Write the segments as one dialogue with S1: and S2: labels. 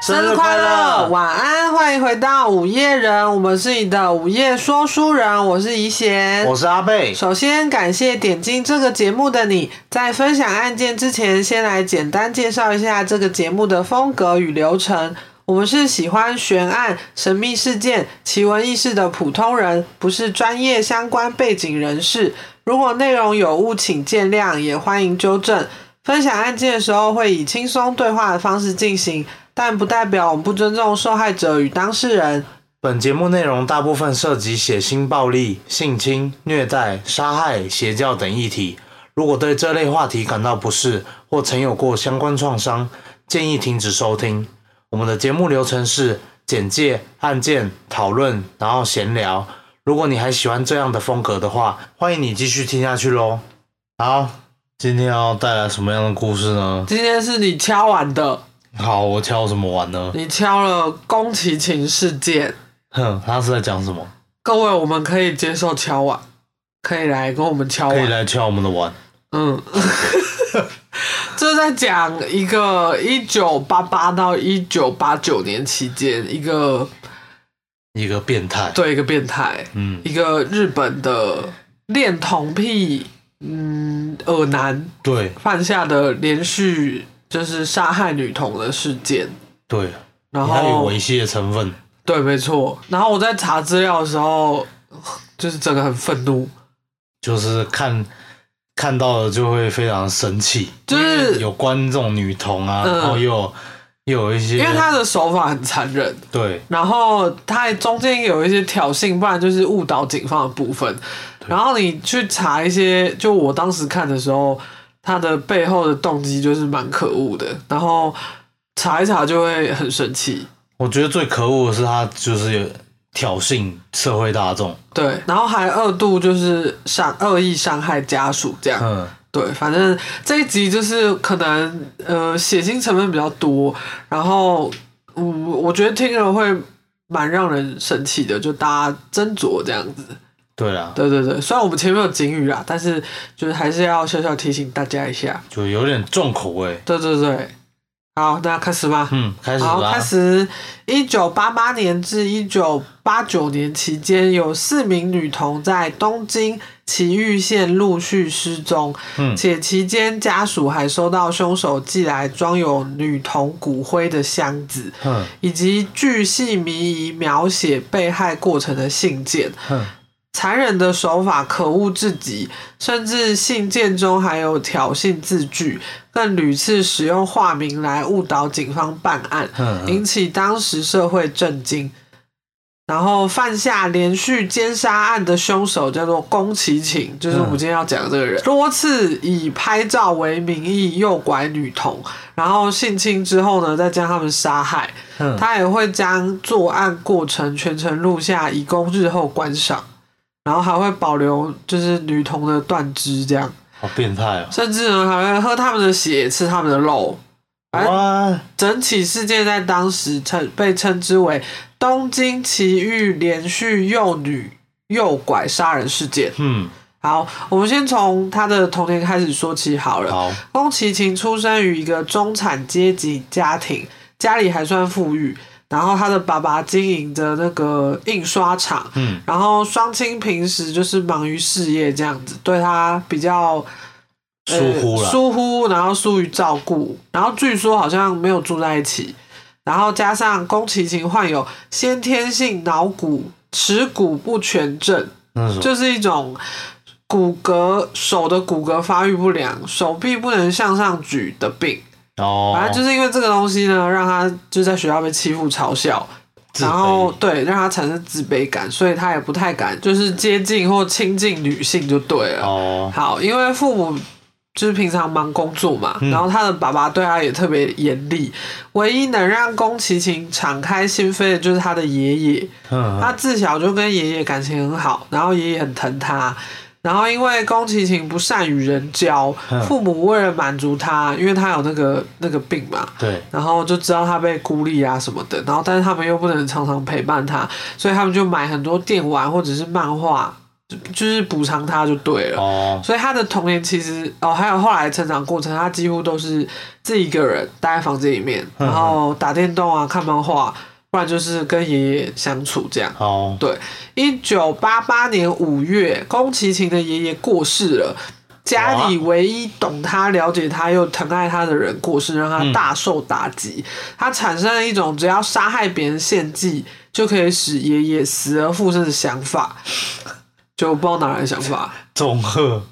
S1: 生日快乐，
S2: 晚安，欢迎回到午夜人，我们是你的午夜说书人，我是怡贤，
S1: 我是阿贝。
S2: 首先感谢点进这个节目的你，在分享案件之前，先来简单介绍一下这个节目的风格与流程。我们是喜欢悬案、神秘事件、奇闻异事的普通人，不是专业相关背景人士。如果内容有误，请见谅，也欢迎纠正。分享案件的时候会以轻松对话的方式进行，但不代表我们不尊重受害者与当事人。
S1: 本节目内容大部分涉及血腥暴力、性侵、虐待、杀害、邪教等议题。如果对这类话题感到不适，或曾有过相关创伤，建议停止收听。我们的节目流程是简介、案件讨论，然后闲聊。如果你还喜欢这样的风格的话，欢迎你继续听下去喽。好，今天要带来什么样的故事呢？
S2: 今天是你敲完的，
S1: 好，我敲什么玩呢？
S2: 你敲了宫崎勤事件。
S1: 哼，他是在讲什么？
S2: 各位，我们可以接受敲碗，可以来跟我们敲
S1: 可以
S2: 碗。
S1: 来敲我们的碗。
S2: 嗯， 这是在讲一个一九八八到一九八九年期间，一个
S1: 一个变态。
S2: 对一个变态，
S1: 嗯，
S2: 一个日本的恋童癖，嗯，恶男
S1: 对
S2: 犯下的连续就是杀害女童的事件。
S1: 对，
S2: 然
S1: 它有
S2: 后
S1: 猥亵成分。
S2: 对，没错。然后我在查资料的时候，就是整个很愤怒，
S1: 就是看看到了就会非常生气，
S2: 就是
S1: 因为有关这种女童啊，
S2: 嗯
S1: 然后又有又有一些，
S2: 因为他的手法很残忍。
S1: 对
S2: 然后它中间有一些挑衅，不然就是误导警方的部分。然后你去查一些，就我当时看的时候，它的背后的动机就是蛮可恶的。然后查一查就会很生气，
S1: 我觉得最可恶的是他就是有挑衅社会大众，
S2: 对，然后还二度就是伤恶意伤害家属这样。
S1: 嗯，
S2: 对，反正这一集就是可能呃血腥成分比较多，然后嗯，我觉得听了会蛮让人生气的，就大家斟酌这样子。
S1: 对啦，
S2: 对对对，虽然我们前面有警语啦，但是就是还是要小小提醒大家一下。
S1: 就有点重口味，
S2: 对对对，好，那开始吧。
S1: 嗯，开始
S2: 好，
S1: 吧，
S2: 开始。一九八八年至一九八九年期间，有四名女童在东京埼玉县陆续失踪，
S1: 嗯
S2: 且期间家属还收到凶手寄来装有女童骨灰的箱子，
S1: 哼
S2: 以及巨细靡遗描写被害过程的信件。
S1: 哼，
S2: 残忍的手法可恶至极，甚至信件中还有挑衅字句，更屡次使用化名来误导警方办案
S1: 嗯，嗯
S2: 引起当时社会震惊。然后犯下连续奸杀案的凶手叫做宫崎勤，就是我们
S1: 嗯
S2: 今天要讲的这个人，多次以拍照为名义诱拐女童，然后性侵之后呢，再将他们杀害。
S1: 嗯
S2: 他也会将作案过程全程录下，以供日后观赏。然后还会保留就是女童的断肢，这样，
S1: 好变态哦、
S2: 甚至呢还会喝他们的血，吃他们的肉。哎
S1: 哇，
S2: 整起事件在当时称被称之为东京奇遇连续幼女诱拐杀人事件。
S1: 嗯，
S2: 好，我们先从他的童年开始说起好了。
S1: 好，
S2: 宫崎勤出生于一个中产阶级家庭，家里还算富裕。然后他的爸爸经营着那个印刷厂，
S1: 嗯
S2: 然后双亲平时就是忙于事业这样子，对他比较
S1: 疏忽
S2: 呃
S1: 了，
S2: 疏忽，然后疏于照顾。然后据说好像没有住在一起，然后加上宫崎勤患有先天性脑骨耻骨不全症，
S1: 那是什么？
S2: 就是一种骨骼手的骨骼发育不良，手臂不能向上举的病。
S1: 哦，
S2: 反正就是因为这个东西呢，让他就在学校被欺负嘲笑，
S1: 自卑
S2: 然后对让他产生自卑感，所以他也不太敢就是接近或亲近女性就对了。
S1: 哦，
S2: 好，因为父母就是平常忙工作嘛，
S1: 嗯
S2: 然后他的爸爸对他也特别严厉，唯一能让宫崎勤敞开心扉的就是他的爷爷。
S1: 嗯
S2: 他自小就跟爷爷感情很好，然后爷爷很疼他。然后因为宫崎勤不善与人交
S1: 嗯，
S2: 父母为了满足他，因为他有那个那个病嘛，
S1: 对，
S2: 然后就知道他被孤立啊什么的，然后但是他们又不能常常陪伴他，所以他们就买很多电玩或者是漫画就是补偿他就对了。
S1: 哦，
S2: 所以他的童年其实哦，还有后来成长过程，他几乎都是自己一个人待在房间里面，
S1: 嗯
S2: 然后打电动啊、看漫画，不然就是跟爷爷相处这样。
S1: 哦，
S2: 对，一九八八年五月，宫崎勤的爷爷过世了。家里唯一懂他、了解他又疼爱他的人过世，让他大受打击。他产生了一种只要杀害别人献祭就可以使爷爷死而复生的想法，就不知道哪来的想法。
S1: 中赫，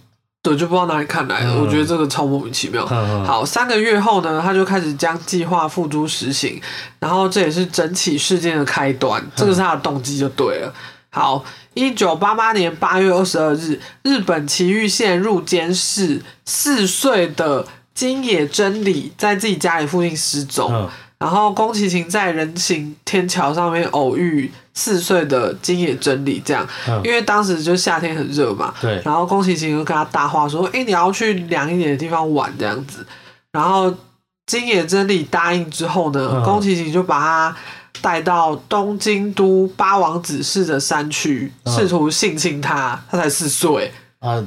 S2: 对，就不知道哪里看来的。
S1: 嗯
S2: 我觉得这个超莫名其妙。
S1: 嗯嗯
S2: 好，三个月后呢，他就开始将计划付诸实行，然后这也是整起事件的开端，这个是他的动机就对了。好，一九八八年八月二十二日，日本崎玉县入间市四岁的金野真理在自己家里附近失踪。
S1: 嗯
S2: 然后宫崎勤在人行天桥上面偶遇四岁的金野真理，这样，
S1: 嗯
S2: 因为当时就夏天很热嘛，
S1: 对
S2: 然后宫崎勤就跟他搭话说：“哎、你要去凉一点的地方玩这样子。”然后金野真理答应之后呢
S1: 嗯，
S2: 宫崎勤就把他带到东京都八王子市的山区，
S1: 嗯
S2: 试图性侵他，他才四岁。
S1: 啊，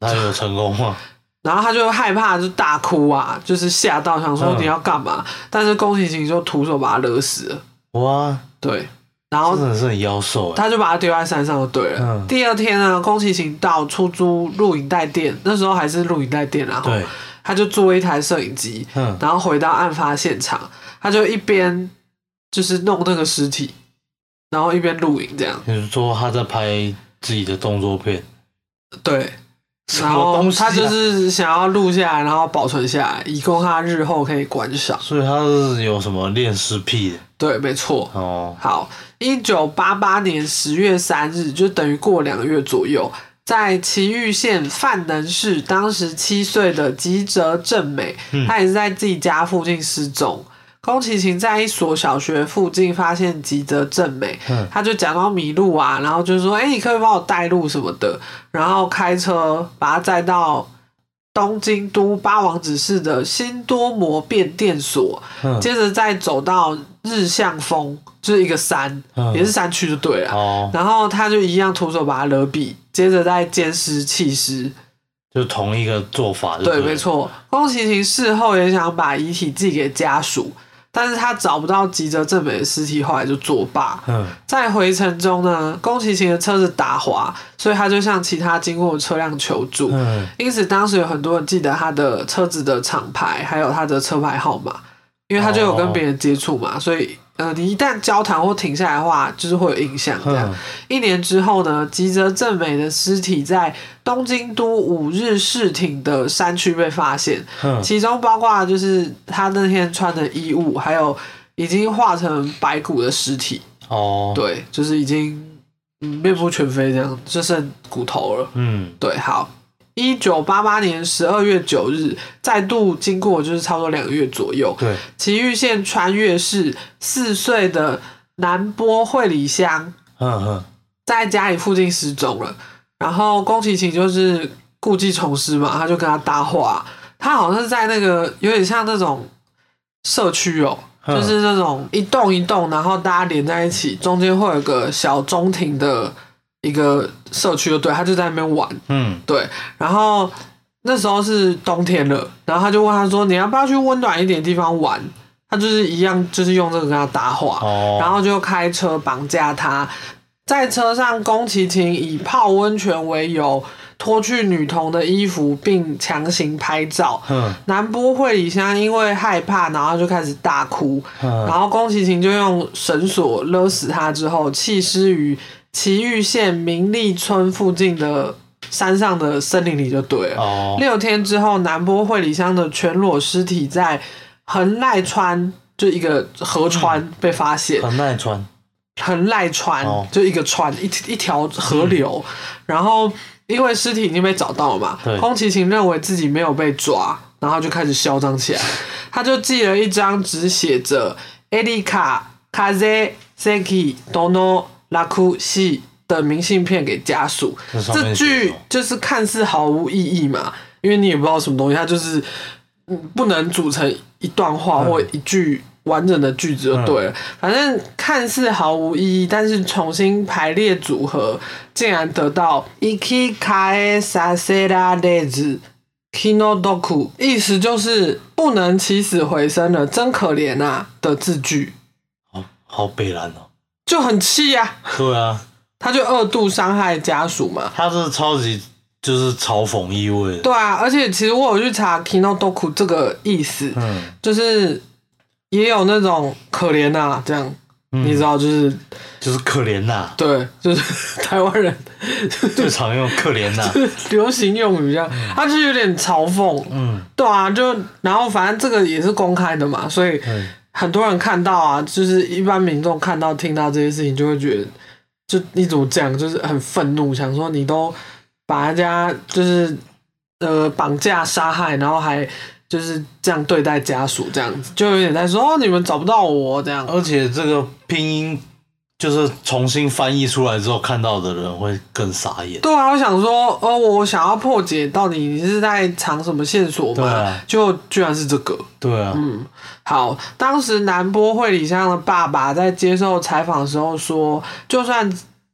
S1: 他有成功吗？
S2: 然后他就害怕，就大哭啊，就是吓到，想说
S1: 嗯
S2: 你要干嘛？但是宫崎勤就徒手把他勒死了。
S1: 哇，
S2: 对，然后
S1: 真的是很妖兽哎，
S2: 他就把它丢在山上就对了。
S1: 嗯
S2: 第二天呢，宫崎勤到出租录影带店，那时候还是录影带店啊，吼
S1: 对，
S2: 他就租了一台摄影机，
S1: 嗯
S2: 然后回到案发现场，他就一边就是弄那个尸体，然后一边录影这样，
S1: 你是说他在拍自己的动作片？
S2: 对。
S1: 什
S2: 然
S1: 么
S2: 后
S1: 东西啊
S2: 他就是想要录下来，然后保存下来，以供他日后可以观赏。
S1: 所以他是有什么恋尸癖的
S2: 对，没错。
S1: 哦？
S2: 好，一九八八年十月三日，就等于过两个月左右，在崎玉县范能市，当时七岁的吉泽正美，她也是在自己家附近失踪。宫崎勤在一所小学附近发现吉泽正美，
S1: 嗯
S2: 他就假装迷路啊，然后就说：“哎、你可不可以帮我带路什么的。”然后开车把他载到东京都八王子市的新多摩变电所，
S1: 嗯
S2: 接着再走到日向峰，就是一个山，
S1: 嗯
S2: 也是山区就对了。
S1: 哦，
S2: 然后他就一样徒手把它勒毙，接着再奸尸弃尸。
S1: 就同一个做法就
S2: 对，
S1: 了
S2: 没。错。宫崎勤事后也想把遗体寄给家属，但是他找不到吉泽正美的尸体，后来就作罢。
S1: 嗯，
S2: 在回程中呢，宫崎勤的车子打滑，所以他就向其他经过的车辆求助。
S1: 嗯
S2: 因此，当时有很多人记得他的车子的厂牌，还有他的车牌号码，因为他就有跟别人接触嘛，所以呃，你一旦交谈或停下来的话，就是会有印象这样。
S1: 嗯
S2: 一年之后呢，吉泽正美的尸体在东京都五日市町的山区被发现，
S1: 嗯
S2: 其中包括就是他那天穿的衣物，还有已经化成白骨的尸体，
S1: 哦，，
S2: 对，就是已经嗯面目全非这样，就剩骨头了。
S1: 嗯
S2: 对，好。一九八八年十二月九日，再度经过就是差不多两个月左右，
S1: 对，
S2: 崎玉县穿越市四岁的南波惠里香
S1: 嗯嗯
S2: 在家里附近失踪了。然后宫崎勤就是故技重施嘛，他就跟他搭话，他好像是在那个有点像那种社区哦，
S1: 嗯
S2: 就是那种一栋一栋，然后大家连在一起，中间会有个小中庭的一个社区，对，他就在那边玩。
S1: 嗯，
S2: 对，然后那时候是冬天了，然后他就问他说：“你要不要去温暖一点的地方玩？”他就是一样，就是用这个跟他搭话，
S1: 哦，
S2: 然后就开车绑架他，在车上，宫崎勤以泡温泉为由脱去女童的衣服，并强行拍照。
S1: 嗯
S2: 南波惠里香因为害怕，然后就开始大哭，
S1: 嗯
S2: 然后宫崎勤就用绳索勒死他之后，弃尸于崎玉县明利村附近的山上的森林里就对了。
S1: 哦，
S2: 六天之后，南波惠里香的全裸尸体在横濑川就一个河
S1: 嗯
S2: 川被发现，
S1: 很耐穿，
S2: 横濑川
S1: 哦嗯
S2: 就一个川一一条河流，然后因为尸体已经被找到了嘛
S1: 对，
S2: 宫崎勤认为自己没有被抓，然后就开始嚣 张起来，他就寄了一张只写着“エリカ、風、関、どの、楽し”的明信片给家属。
S1: 这上
S2: 这
S1: 面写哦什
S2: 句
S1: 么
S2: 就是看似毫无意义嘛，因为你也不知道什么东西，它就是嗯不能组成一段话或一句完整的句子就
S1: 嗯
S2: 对了。反正看似毫无意义，但是重新排列组合，竟然得到 “iki kae sasera des”。Kino doku 意思就是不能起死回生了，真可怜啊的字句，
S1: 好好北蓝哦。
S2: 就很气呀、啊。
S1: 对啊，
S2: 他就二度伤害家属嘛。
S1: 他是超级就是嘲讽意味的。
S2: 对啊，而且其实我有去查 “kino doku” 这个意思，
S1: 嗯，
S2: 就是也有那种可怜啊这样，
S1: 嗯
S2: 你知道，就是
S1: 就是可怜呐、
S2: 对， 就是台湾人
S1: 最常用可怜呐、
S2: 流行用语这样，他就是有点嘲讽。
S1: 嗯，
S2: 对啊，就然后反正这个也是公开的嘛，所以
S1: 对，
S2: 很多人看到啊，就是一般民众看到听到这些事情，就会觉得，就你怎么这样，就是很愤怒，想说你都把人家就是呃绑架杀害，然后还就是这样对待家属，这样子就有点在说哦，你们找不到我这样。
S1: 而且这个拼音就是重新翻译出来之后，看到的人会更傻眼。
S2: 对啊，我想说，哦，我想要破解到底你是在藏什么线索
S1: 对
S2: 嘛
S1: 啊？
S2: 就居然是这个。
S1: 对啊，
S2: 嗯好，当时南波惠里香的爸爸在接受采访的时候说，就算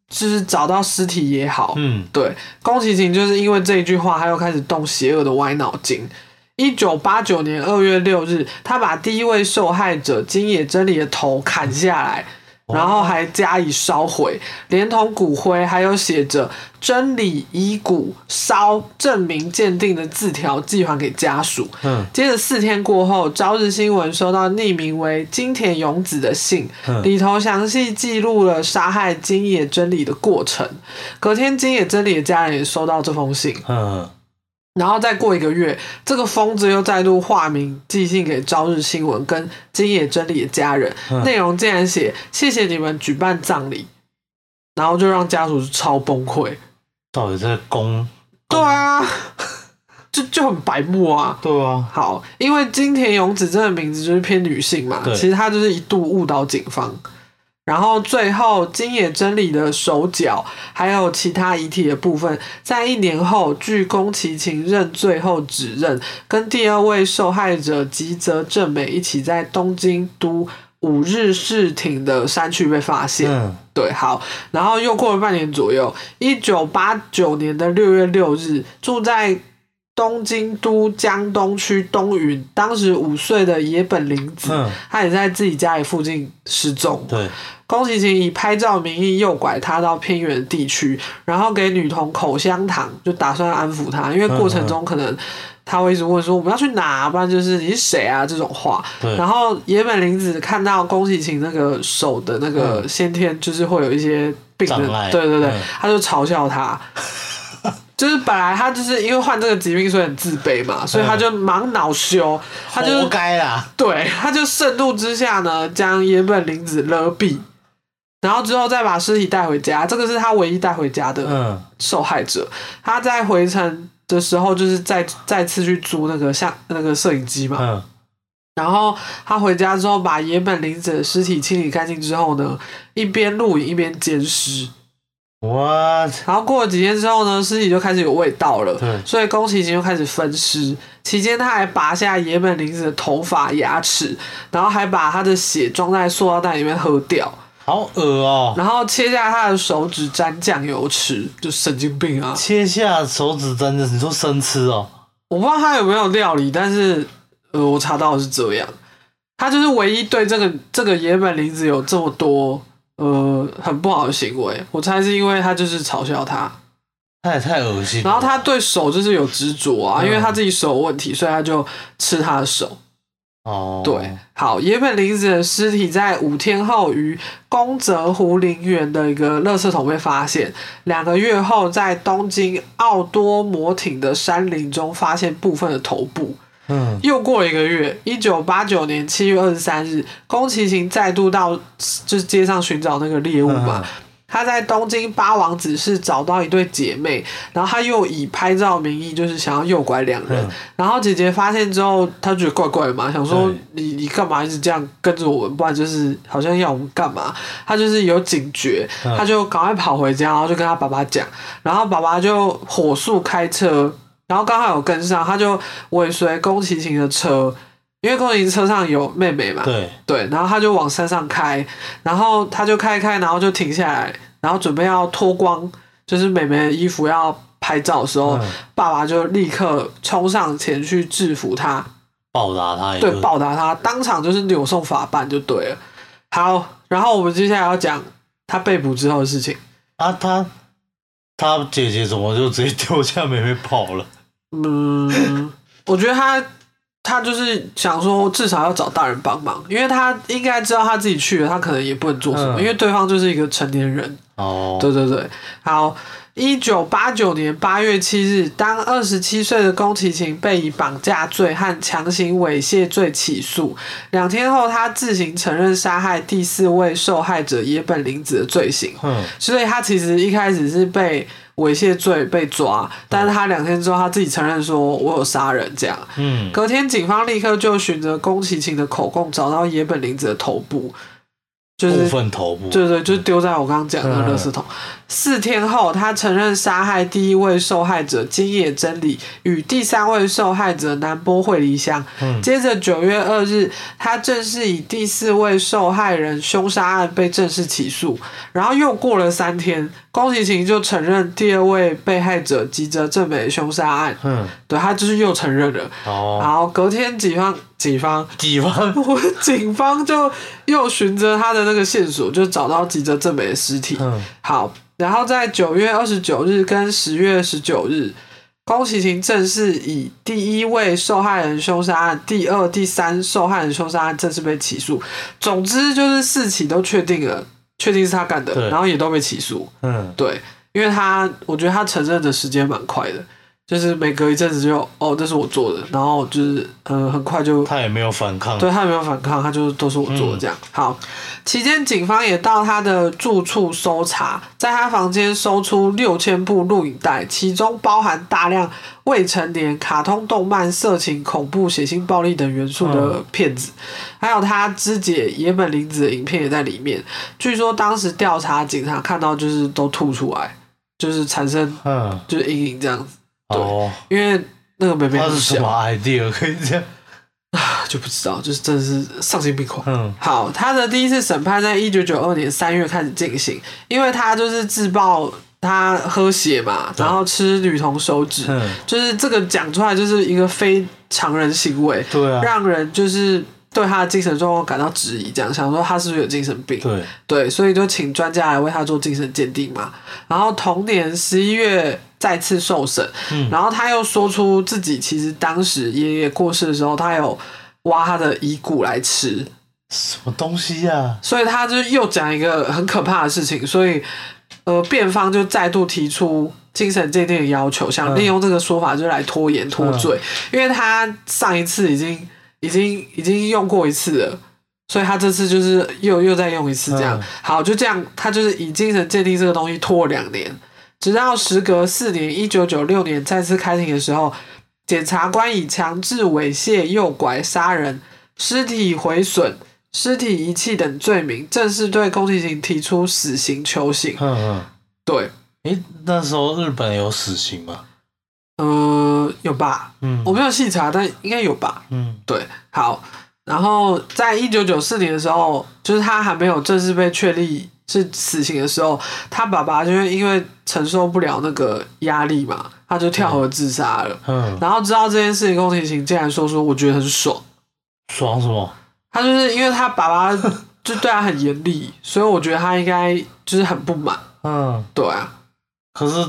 S2: 就是找到尸体也好，
S1: 嗯，
S2: 对，宫崎勤就是因为这一句话，他又开始动邪恶的歪脑筋。一九八九年二月六日，他把第一位受害者金野真理的头砍下来，然后还加以烧毁，连同骨灰还有写着“真理遗骨烧证明鉴定”的字条寄还给家属。
S1: 嗯
S2: 接着四天过后，朝日新闻收到匿名为金田勇子的信，
S1: 嗯
S2: 里头详细记录了杀害金野真理的过程。隔天，金野真理的家人也收到这封信，
S1: 嗯，
S2: 然后再过一个月，这个疯子又再度化名寄信给朝日新闻跟金野真理的家人，
S1: 嗯
S2: 内容竟然写谢谢你们举办葬礼，然后就让家属超崩溃。
S1: 到底在攻？
S2: 对啊，
S1: 嗯
S2: 就就很白目啊。
S1: 对啊，
S2: 好，因为金田勇子这个名字就是偏女性嘛，
S1: 对
S2: 其实她就是一度误导警方。然后最后，金野真理的手脚还有其他遗体的部分，在一年后，据宫崎勤任最后指认，跟第二位受害者吉泽正美一起在东京都五日市町的山区被发现。
S1: 嗯
S2: 对，好，然后又过了半年左右，一九八九年的六月六日，住在东京都江东区东云，当时五岁的野本玲子，
S1: 嗯，
S2: 她也在自己家里附近失踪。
S1: 对，
S2: 宫崎勤以拍照名义诱拐她到偏远的地区，然后给女童口香糖，就打算安抚她，因为过程中可能她会一直问说我们要去哪，不然就是你是谁啊这种话。
S1: 对
S2: 然后野本玲子看到宫崎勤那个手的那个
S1: 嗯
S2: 先天就是会有一些病
S1: 障
S2: 的，
S1: 碍
S2: 对对对
S1: 嗯，
S2: 他就嘲 笑他。就是本来他就是因为患这个疾病，所以很自卑嘛，所以他
S1: 嗯
S2: 就忙恼羞，他就
S1: 活该啦。
S2: 对，他就盛怒之下呢，将野本玲子勒毙，然后之后再把尸体带回家。这个是他唯一带回家的
S1: 嗯，
S2: 受害者。他在回程的时候，就是再再次去租那个像那个摄影机嘛。
S1: 嗯，
S2: 然后他回家之后，把野本玲子的尸体清理干净之后呢，一边录影一边捡尸。
S1: what？
S2: 然后过了几天之后呢，尸体就开始有味道了，
S1: 对
S2: 所以宫崎勤就开始分尸。期间，他还拔下野本玲子的头发、牙齿，然后还把她的血装在塑料袋里面喝掉，
S1: 好恶哦、
S2: 然后切下她的手指沾酱油吃，就神经病啊！
S1: 切下手指真的，你说生吃哦、
S2: 我不知道他有没有料理，但是呃，我查到的是这样，他就是唯一对这个这个野本玲子有这么多呃很不好的行为，我猜是因为他就是嘲笑他。
S1: 那也太恶心了。
S2: 然后他对手就是有执着啊，
S1: 嗯
S2: 因为他自己手有问题，所以他就吃他的手。
S1: 哦，
S2: 对，好，野本玲子的尸体在五天后于宫泽湖陵园的一个垃圾桶被发现，两个月后在东京奥多摩町的山林中发现部分的头部。
S1: 嗯，
S2: 又过了一个月，一九八九年七月二十三日，宫崎勤再度到就是街上寻找那个猎物嘛。
S1: 嗯
S2: 他在东京八王子市找到一对姐妹，然后他又以拍照名义，就是想要诱拐两人。
S1: 嗯
S2: 然后姐姐发现之后，他觉得怪怪的嘛，想说
S1: 对
S2: 你你干嘛一直这样跟着我们，不然就是好像要我们干嘛？他就是有警觉，
S1: 嗯
S2: 他就赶快跑回家，然后就跟他爸爸讲，然后爸爸就火速开车，然后刚好有跟上，他就尾随宫崎勤的车，因为龚宁车上有妹妹嘛，
S1: 对，
S2: 对，然后他就往山上开，然后他就开一开，然后就停下来，然后准备要脱光，就是妹妹的衣服要拍照的时候，
S1: 嗯
S2: 爸爸就立刻冲上前去制服他，
S1: 暴打他一
S2: 对，
S1: 顿。
S2: 暴打他，当场就是扭送法办就对了。好，然后我们接下来要讲他被捕之后的事情。
S1: 啊，他他姐姐怎么就直接丢下妹妹跑了？
S2: 嗯，我觉得他他就是想说，至少要找大人帮忙，因为他应该知道他自己去了，他可能也不能做什么，
S1: 嗯
S2: 因为对方就是一个成年人。
S1: 哦，
S2: 对对对，好。一九八九年八月七日，当二十七岁的宫崎勤被以绑架罪和强行猥亵罪起诉，两天后他自行承认杀害第四位受害者野本玲子的罪行。
S1: 哼，
S2: 所以他其实一开始是被猥亵罪被抓，但是他两天之后他自己承认说我有杀人这样。
S1: 嗯，
S2: 隔天警方立刻就循着宫崎勤的口供找到野本林子的头部，就是
S1: 部分头部，
S2: 对对，就丢在我刚刚讲的那个
S1: 嗯
S2: 垃圾桶。四天后，他承认杀害第一位受害者金野真理与第三位受害者南波惠梨香。
S1: 嗯
S2: 接着九月二日，他正式以第四位受害人凶杀案被正式起诉。然后又过了三天，宫崎勤就承认第二位被害者吉泽正美的凶杀案。
S1: 哼，
S2: 对他就是又承认了。
S1: 嗯哦，
S2: 然后隔天警方警方
S1: 几方，
S2: 我警方就又循着他的那个线索，就找到吉泽正美的尸体。
S1: 嗯，
S2: 好，然后在九月二十九日跟十月十九日，宫崎勤正式以第一位受害人凶杀案、第二、第三受害人凶杀案正式被起诉。总之就是四起都确定了，确定是他干的，
S1: 对
S2: 然后也都被起诉。
S1: 嗯，
S2: 对，因为他我觉得他承认的时间蛮快的。就是每隔一阵子就哦，这是我做的，然后就是嗯、呃很快就
S1: 他也没有反抗，
S2: 对他也没有反抗，他就是都是我做的这样。好，期间警方也到他的住处搜查，在他房间搜出六千部录影带，其中包含大量未成年、卡通、动漫、色情、恐怖、血腥、暴力等元素的片子，还有他肢解野本林子的影片也在里面。据说当时调查警察看到就是都吐出来，就是产生
S1: 嗯，
S2: 就是阴影这样子，对
S1: 哦，
S2: 因为那个妹妹
S1: 他
S2: 很
S1: 是什么
S2: 小，
S1: idea 可以这样？
S2: 就不知道，就是真的是丧心病狂。
S1: 嗯，
S2: 好，他的第一次审判在一九九二年三月开始进行，因为他就是自曝他喝血嘛，
S1: 对
S2: 然后吃女童手指，
S1: 嗯
S2: 就是这个讲出来就是一个非常人行为，
S1: 对啊，
S2: 让人就是对他的精神状况感到质疑，这样想说他是不是有精神病？
S1: 对，
S2: 对，所以就请专家来为他做精神鉴定嘛。然后同年十一月再次受审，
S1: 嗯
S2: 然后他又说出自己其实当时爷爷过世的时候，他有挖他的遗骨来吃。
S1: 什么东西呀？
S2: 所以他就又讲一个很可怕的事情，所以呃，辩方就再度提出精神鉴定的要求，想
S1: 嗯
S2: 利用这个说法就来拖延脱罪，嗯因为他上一次已经已经已经用过一次了。所以他这次就是又又再用一次这样，
S1: 嗯
S2: 好就这样，他就是以精神鉴定这个东西拖了两年，直到时隔四年，一九九六年再次开庭的时候，检察官以强制猥亵、诱拐、杀人、尸体毁损、尸体遗弃等罪名，正式对宫崎勤提出死刑求刑。
S1: 嗯嗯，
S2: 对，
S1: 诶，那时候日本有死刑吗？
S2: 呃，有吧？
S1: 嗯
S2: 我没有细查，但应该有吧？
S1: 嗯，
S2: 对，好。然后在一九九四年的时候，就是他还没有正式被确立是死刑的时候，他爸爸就是因为承受不了那个压力嘛，他就跳河自杀了。
S1: 嗯，
S2: 然后知道这件事情，宫崎勤竟然说出我觉得很爽。
S1: 爽什么？
S2: 他就是因为他爸爸就对他很严厉，所以我觉得他应该就是很不满。
S1: 嗯，
S2: 对啊，
S1: 可是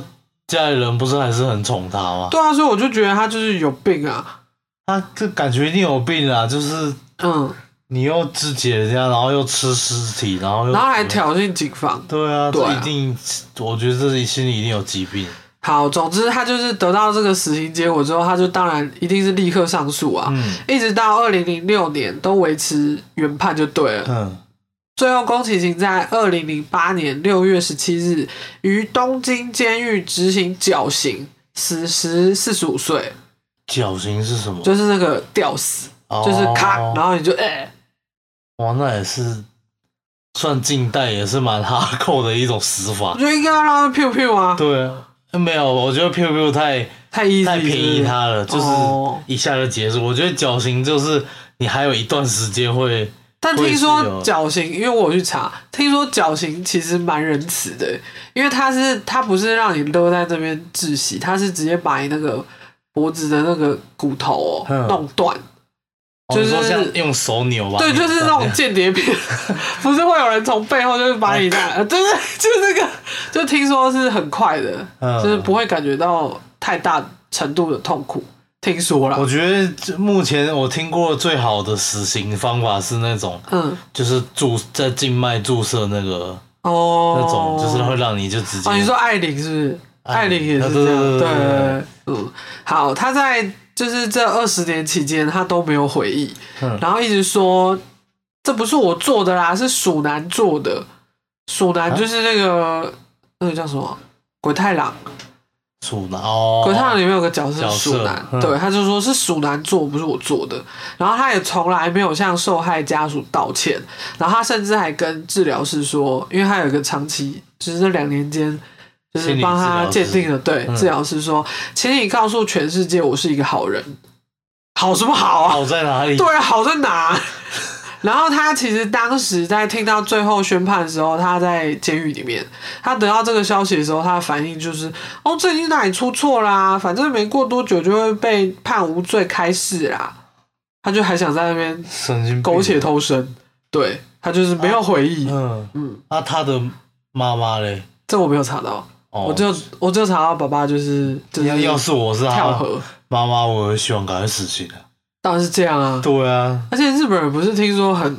S1: 家里人不是还是很宠他吗？
S2: 对啊，所以我就觉得他就是有病啊。
S1: 他这感觉一定有病啊！就是
S2: 嗯，
S1: 你又肢解人家，然后又吃尸体，然后又
S2: 然后还挑衅警方。
S1: 对啊，
S2: 对
S1: 这
S2: 啊
S1: 一定，我觉得这心里一定有疾病。
S2: 好，总之他就是得到这个死刑结果之后，他就当然一定是立刻上诉啊，
S1: 嗯
S2: 一直到二零零六年都维持原判就对了。
S1: 嗯，
S2: 最后，宫崎勤在二零零八年六月十七日于东京监狱执行绞刑，死时四十五岁，
S1: 绞刑是什么？
S2: 就是那个吊死，
S1: 哦
S2: 就是咔，然后你就哎、
S1: 哇，那也是算近代也是蛮哈扣的一种死
S2: 我
S1: 法。
S2: 觉得应该要让他 p u 啊，
S1: 对啊，没有，我觉得 Piu Piu 太
S2: 太 easy
S1: 太便宜
S2: 是不是
S1: 他了，就是
S2: 哦
S1: 一下就结束。我觉得绞刑就是你还有一段时间会
S2: 但
S1: 我也
S2: 听
S1: 是
S2: 说
S1: 有
S2: 绞刑，因为我有去查，听说绞刑其实蛮仁慈的，因为它是它不是让你勒在这边窒息，它是直接把你那个脖子的那个骨头哦
S1: 嗯
S2: 弄断。就是
S1: 哦你说像用手扭吧，
S2: 对，就是那 种间谍片，不是会有人从背后就是 把你那，
S1: 啊
S2: 呃对对，就是那个，就听说是很快的，
S1: 嗯
S2: 就是不会感觉到太大程度的痛苦。听说
S1: 我
S2: 了，
S1: 觉得这目前我听过最好的死刑方法是那种，
S2: 嗯，
S1: 就是注在静脉注射那个、
S2: 哦，
S1: 那种，就是会让你就直接。
S2: 哦，你说艾琳是不是？艾
S1: 艾琳
S2: 琳也是
S1: 对
S2: 这样，
S1: 对对
S2: 对
S1: 对对
S2: 嗯，好，他在就是这二十年期间，他都没有回忆，
S1: 嗯
S2: 然后一直说这不是我做的啦，是鼠男做的，鼠男
S1: 啊
S2: 就是那个、那个叫什么鬼太郎，
S1: 鼠拿哦，
S2: 鬼太郎里面有个角色
S1: 角
S2: 是
S1: 色
S2: 鼠男，
S1: 嗯
S2: 对，他就说是鼠男做，不是我做的，然后他也从来没有向受害家属道歉，然后他甚至还跟治疗师说，因为他有一个长期，就是这两年间，就是
S1: 心理
S2: 帮他
S1: 治疗
S2: 鉴
S1: 师
S2: 定了，对，
S1: 嗯
S2: 治疗师说，请你告诉全世界我是一个好人，好什么好啊？
S1: 好在哪里？
S2: 对啊，好在哪？然后他其实当时在听到最后宣判的时候，他在监狱里面，他得到这个消息的时候，他的反应就是：哦，这已经哪里出错啦、反正没过多久就会被判无罪开释啦。他就还想在那边
S1: 神经病
S2: 苟且。偷生，对他就是没有回忆。
S1: 嗯
S2: 嗯
S1: 嗯，那、他的妈妈嘞？
S2: 这我没有查到，
S1: 哦，
S2: 我就我就查到爸爸就是就是
S1: 要要是我是
S2: 跳
S1: 他
S2: 河，
S1: 妈妈，我会希望赶快死刑啊。
S2: 当然是这样啊。
S1: 对啊，
S2: 而且日本人不是听说很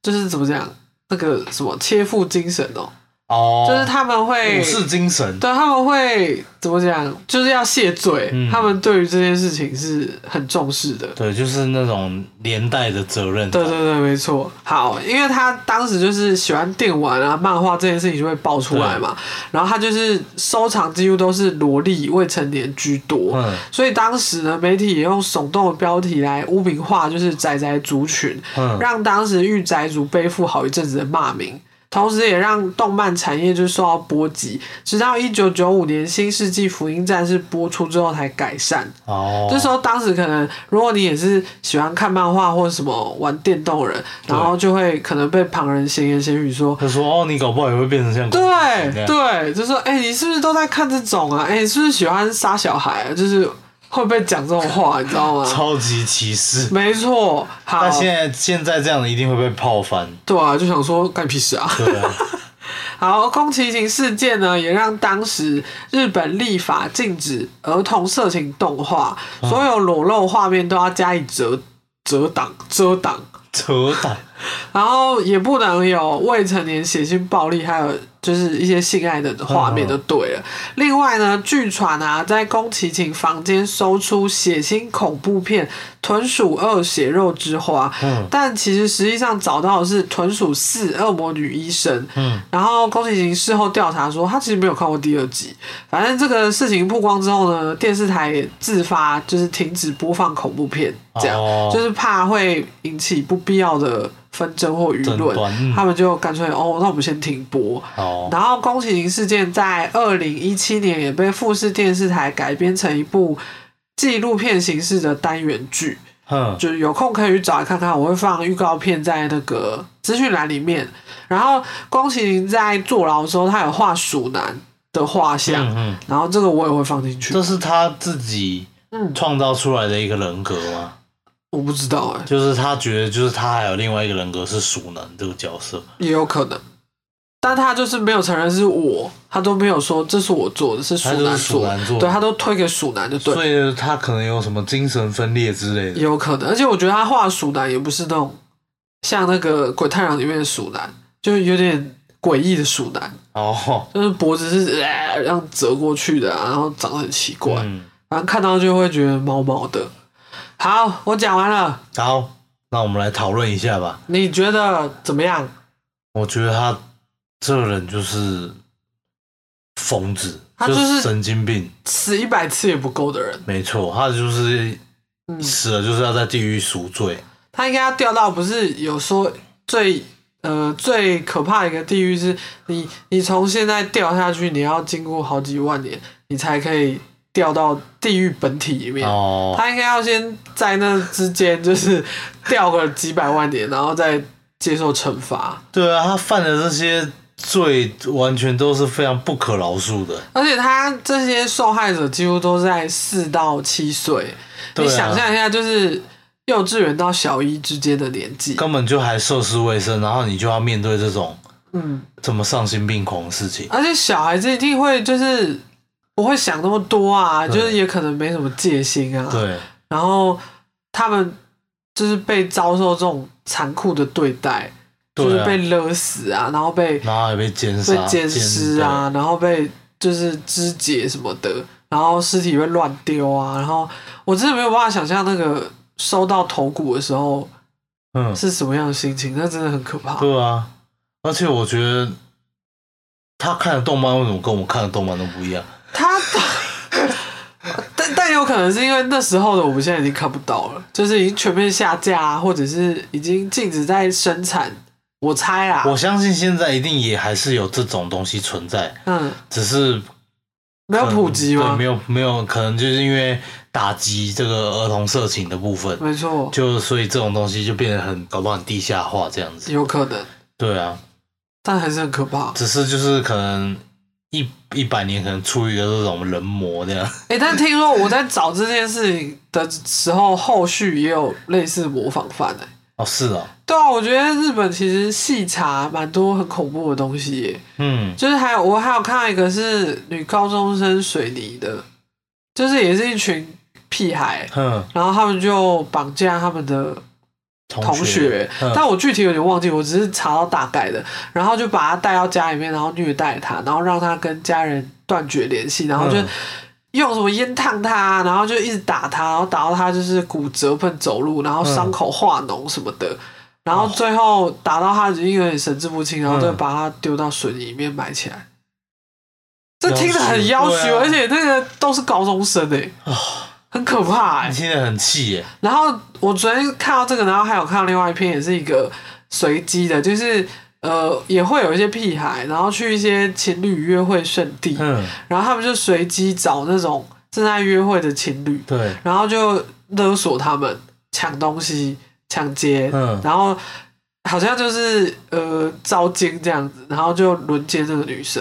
S2: 就是怎么讲那个什么切腹精神哦、
S1: 哦，
S2: 就是他们会
S1: 武士精神。
S2: 对他们会怎么讲，就是要谢罪，
S1: 嗯
S2: 他们对于这件事情是很重视的。
S1: 对，就是那种连带的责任感。
S2: 对对对，没错。好，因为他当时就是喜欢电玩啊、漫画这件事情就会爆出来嘛，然后他就是收藏几乎都是萝莉、未成年居多，
S1: 嗯
S2: 所以当时呢，媒体也用耸动的标题来污名化就是宅宅族群，
S1: 嗯，
S2: 让当时御宅族背负好一阵子的骂名，同时也让动漫产业就受到波及。直到一九九五年《新世纪福音战士》播出之后才改善。
S1: 哦，
S2: 这时候，当时可能如果你也是喜欢看漫画或者什么玩电动的人，然后就会可能被旁人闲言闲语说。
S1: 他说哦，你搞不好也会变成像狗这
S2: 对
S1: 样
S2: 对，就说哎、你是不是都在看这种啊？哎、你是不是喜欢杀小孩、啊？就是会被讲这种话，你知道吗？
S1: 超级歧视。
S2: 没错，好
S1: 但，现在现在这样的一定会被泡翻，
S2: 对啊，就想说干你屁事啊！
S1: 对啊，
S2: 好，宫崎勤事件呢，也让当时日本立法禁止儿童色情动画，
S1: 嗯
S2: 所有裸露画面都要加以遮遮挡遮挡，
S1: 扯淡。
S2: 然后也不能有未成年血腥暴力，还有就是一些性爱的画面就对了。另外呢，据传啊，在宫崎勤房间搜出血腥恐怖片《豚鼠二血肉之花》
S1: 嗯
S2: 但其实实际上找到的是《豚鼠四恶魔女医生》。
S1: 嗯，
S2: 然后宫崎勤事后调查说，他其实没有看过第二集。反正这个事情曝光之后呢，电视台也自发就是停止播放恐怖片，这样、
S1: 哦
S2: 就是怕会引起不必要的纷争或舆
S1: 争
S2: 论
S1: 端，嗯
S2: 他们就干脆哦，那我们先停播。
S1: 好，
S2: 然后宫崎勤事件在二零一七年也被富士电视台改编成一部纪录片形式的单元剧，
S1: 嗯，
S2: 就是有空可以去找来看看，我会放预告片在那个资讯栏里面。然后宫崎勤在坐牢的时候，他有画鼠男的画像，
S1: 嗯嗯，
S2: 然后这个我也会放进去
S1: 这。是他自己
S2: 嗯，
S1: 创造出来的一个人格吗？
S2: 我不知道哎、
S1: 就是他觉得，就是他还有另外一个人格是熟男这个角色，
S2: 也有可能，但他就是没有承认是我，他都没有说这是我做的，是鼠
S1: 他就是
S2: 男
S1: 鼠
S2: 做的，
S1: 男做的
S2: 对他都推给鼠男就对了。
S1: 所以他可能有什么精神分裂之类
S2: 也
S1: 的。
S2: 有可能。而且我觉得他画鼠男也不是那种像那个《鬼太郎》里面的鼠男，就是有点诡异的鼠男，
S1: 哦，
S2: 就是脖子是呃这样折过去的、啊，然后长得很奇怪，
S1: 嗯，
S2: 反正看到就会觉得毛毛的。好，我讲完了，
S1: 好，那我们来讨论一下吧。
S2: 你觉得怎么样？
S1: 我觉得他这个人就是疯子，
S2: 他就是
S1: 神经病，
S2: 死一百次也不够的人，
S1: 没错，他就是
S2: 嗯
S1: 死了就是要在地狱赎罪。
S2: 他应该要掉到不是有说最呃最可怕的一个地狱是你你从现在掉下去，你要经过好几万年，你才可以掉到地狱本体里面。
S1: 哦，
S2: 他应该要先在那之间，就是掉个几百万点，然后再接受惩罚。
S1: 对啊，他犯的这些罪完全都是非常不可饶恕的。
S2: 而且他这些受害者几乎都在四到七岁，
S1: 对
S2: 你
S1: 啊
S2: 想象一下，就是幼稚园到小一之间的年纪。
S1: 根本就还涉世未深，然后你就要面对这种
S2: 嗯，
S1: 这么丧心病狂的事情。
S2: 而且小孩子一定会就是不会想那么多啊，
S1: 对
S2: 就是也可能没什么戒心啊。
S1: 对，
S2: 然后他们就是被遭受这种残酷的对待，就
S1: 对
S2: 是
S1: 啊，
S2: 被勒死啊，然后被
S1: 然后还被奸杀、
S2: 被奸尸啊，然后被就是肢解什么的，然后尸体会乱丢啊，然后我真的没有办法想象那个收到头骨的时候
S1: 奸，嗯，
S2: 是什么样的心情，那真的很可怕。
S1: 对啊。而且我觉得他看的动漫为什么跟我们看的动漫都不一样？
S2: 他，但但有可能是因为那时候的我们现在已经看不到了，就是已经全面下架、啊，或者是已经禁止在生产。我猜啊，
S1: 我相信现在一定也还是有这种东西存在，
S2: 嗯，
S1: 只是
S2: 没有普及
S1: 对
S2: 吗
S1: 没？有没有，可能就是因为打击这个儿童色情的部分，
S2: 没错，
S1: 就所以这种东西就变得很搞不好很地下化这样子。
S2: 有可能，
S1: 对啊，
S2: 但还是很可怕。
S1: 只是就是可能一一百年可能出一个这种人魔这样。
S2: 哎、但听说我在找这件事情的时候，后续也有类似模仿犯哎、
S1: 哦，是哦，
S2: 对啊，我觉得日本其实细查蛮多很恐怖的东西耶、
S1: 嗯，
S2: 就是还有我还有看到一个是女高中生水泥的，就是也是一群屁孩，
S1: 哼，
S2: 然后他们就绑架他们的同
S1: 同
S2: 学，
S1: 嗯
S2: 但我具体有点忘记，我只是查到大概的，然后就把他带到家里面，然后虐待他，然后让他跟家人断绝联系，然后就
S1: 嗯
S2: 用什么烟烫他，然后就一直打他，然后打到他就是骨折不能走路，然后
S1: 嗯
S2: 伤口化脓什么的。然
S1: 哦
S2: 后最后打到他已经有点神志不清，然后
S1: 嗯
S2: 就把他丢到水泥里面埋起来。这听着很
S1: 要
S2: 要
S1: 死
S2: 求，
S1: 对啊哦
S2: 而且那个都是高中生哎、很可怕哎、
S1: 你听得很气耶，
S2: 然后我昨天看到这个，然后还有看到另外一篇，也是一个随机的，就是呃，也会有一些屁孩，然后去一些情侣约会圣地，
S1: 嗯，
S2: 然后他们就随机找那种正在约会的情侣，
S1: 对，
S2: 然后就勒索他们抢东西、抢劫，
S1: 嗯
S2: 然后好像就是呃招奸这样子，然后就轮奸这个女生，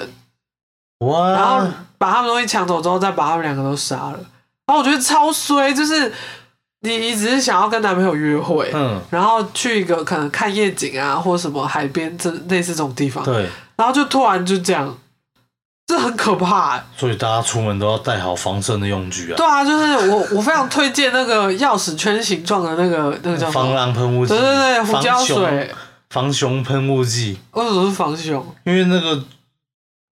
S2: 然后
S1: 哇，
S2: 把他们东西抢走之后，再把他们两个都杀了。然后我觉得超衰，就是你你只是想要跟男朋友约会，
S1: 嗯，
S2: 然后去一个可能看夜景啊，或什么海边这类似这种地方，
S1: 对，
S2: 然后就突然就这样，这很可怕欸、
S1: 所以大家出门都要带好防身的用具啊
S2: 对，啊，就是我我非常推荐那个钥匙圈形状的那个那个叫什
S1: 防
S2: 么？
S1: 狼喷雾剂，
S2: 对对对，胡
S1: 防
S2: 椒水
S1: 熊，防熊喷雾剂，
S2: 为什么是防熊？
S1: 因为那个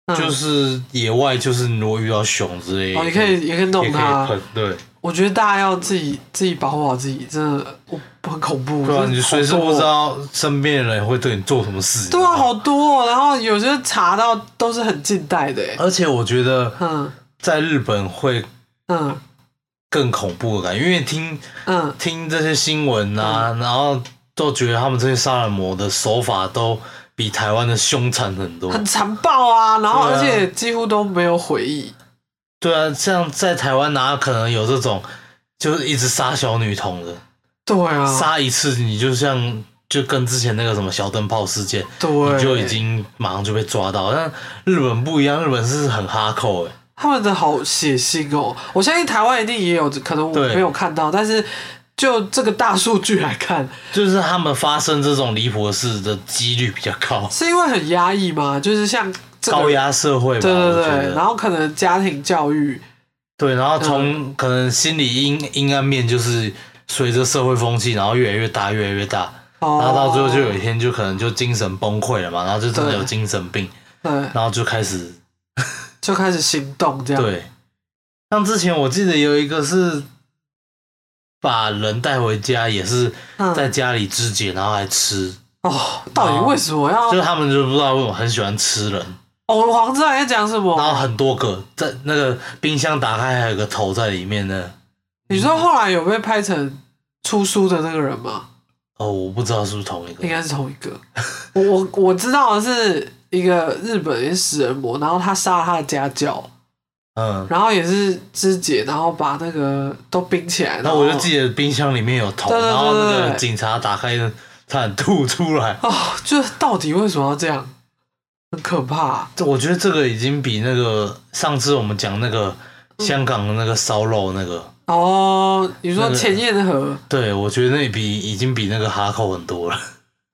S2: 嗯
S1: 就是野外，就是你如果遇到熊之类的，
S2: 哦，你可以也可以弄
S1: 也可
S2: 它
S1: 以。喷，对，
S2: 我觉得大家要自己自己保护好自己，真的我很恐怖。
S1: 不然
S2: 真
S1: 啊你
S2: 的
S1: 随时
S2: 好多
S1: 不知道身边的人会对你做什么事。
S2: 对啊，好多、哦，然后有些查到都是很近代的欸，
S1: 而且我觉得
S2: 嗯
S1: 在日本会
S2: 嗯
S1: 更恐怖的感觉，因为听
S2: 嗯，
S1: 听这些新闻啊，然后都觉得他们这些杀人魔的手法都比台湾的凶残很多。
S2: 很残暴啊，然后
S1: 对啊
S2: 而且几乎都没有回忆，
S1: 对啊，像在台湾哪可能有这种就是一直杀小女童的，
S2: 对啊，
S1: 杀一次你就像就跟之前那个什么小灯泡事件，
S2: 对，
S1: 你就已经马上就被抓到。但日本不一样，日本是很哈扣哎、
S2: 他们的好血腥哦，我相信台湾一定也有，可能我
S1: 对
S2: 没有看到，但是就这个大数据来看，
S1: 就是他们发生这种离谱的事的几率比较高，
S2: 是因为很压抑嘛，就是像这个
S1: 高，压社会吧，
S2: 对对
S1: 我觉
S2: 对，
S1: 得
S2: 然后可能家庭教育，
S1: 对，然后
S2: 嗯
S1: 从可能心理阴阴暗面就是随着社会风气，然后越来越大，越来越大，
S2: 哦，
S1: 然后到最后就有一天就可能就精神崩溃了嘛，然后就真的
S2: 对
S1: 有精神病，
S2: 对，
S1: 然后就开始
S2: 就开始行动这样，
S1: 对。像之前我记得有一个是把人带回家，也是
S2: 嗯
S1: 在家里肢解，然后还吃，
S2: 哦，到底为什么要
S1: 就是他们就不知道为什么很喜欢吃人，
S2: 哦，我好像知道你在讲什么。
S1: 然后很多个在那个冰箱打开还有个头在里面呢。
S2: 你说后来有被拍成出书的那个人吗？
S1: 哦，我不知道是不是同一个
S2: 应，该是同一个。我我我知道的是一个日本人死人魔，然后他杀了他的家教，
S1: 嗯，
S2: 然后也是肢解，然后把那个都冰起来。
S1: 那我就
S2: 然后
S1: 记得冰箱里面有头，
S2: 对对对
S1: 然后那个
S2: 对
S1: 警察打开，差点吐出来。
S2: 哦，就是到底为什么要这样？很可怕、
S1: 这我觉得这个已经比那个上次我们讲那个
S2: 嗯
S1: 香港的那个烧肉那个，
S2: 哦，你说
S1: 那个
S2: 前燕河
S1: 对我觉得那比已经比那个哈扣很多了。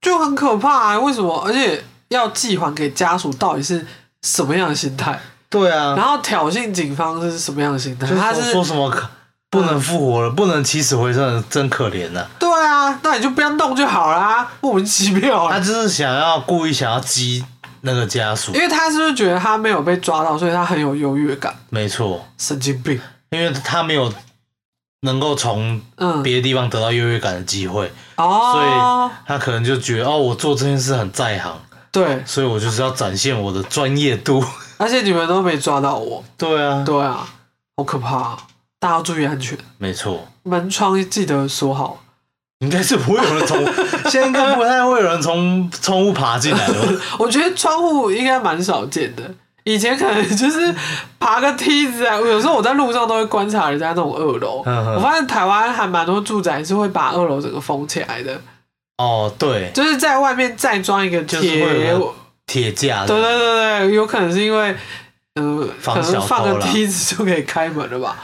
S2: 就很可怕、啊，为什么？而且要寄还给家属，到底是什么样的心态？
S1: 对啊
S2: 然后挑衅警方是什么样的心态？
S1: 就是
S2: 他
S1: 说
S2: 是
S1: 说什么可不能复活了，不能起死回生，真可怜呐、
S2: 对啊，那你就不要动就好啦，莫名其妙
S1: 他
S2: 啊。
S1: 就是想要故意想要激那个家属
S2: 因，为他是不是觉得他没有被抓到，所以他很有优越感？
S1: 没错，
S2: 神经病。
S1: 因为他没有能够从
S2: 嗯，
S1: 别的地方得到优越感的机会，所
S2: 哦
S1: 以，他可能就觉得哦，我做这件事很在行，
S2: 对，
S1: 所以我就是要展现我的专业度。
S2: 而且你们都没抓到我，
S1: 对啊，
S2: 对啊，好可怕、啊，大家要注意安全，
S1: 没错，
S2: 门窗记得锁好。
S1: 应该是不会有人 从，现在应该不太会有人从窗户爬进来的吧？
S2: 我觉得窗户应该蛮少见的，以前可能就是爬个梯子啊，有时候我在路上都会观察人家那种二楼，
S1: 嗯嗯
S2: 我发现台湾还蛮多住宅是会把二楼整个封起来的，
S1: 哦，对，
S2: 就是在外面再装一个
S1: 就是会
S2: 铁，
S1: 有个铁架的，
S2: 对对对对，有可能是因为。呃，
S1: 防
S2: 可
S1: 小
S2: 能
S1: 偷
S2: 放个
S1: 啦
S2: 梯子就可以开门了吧？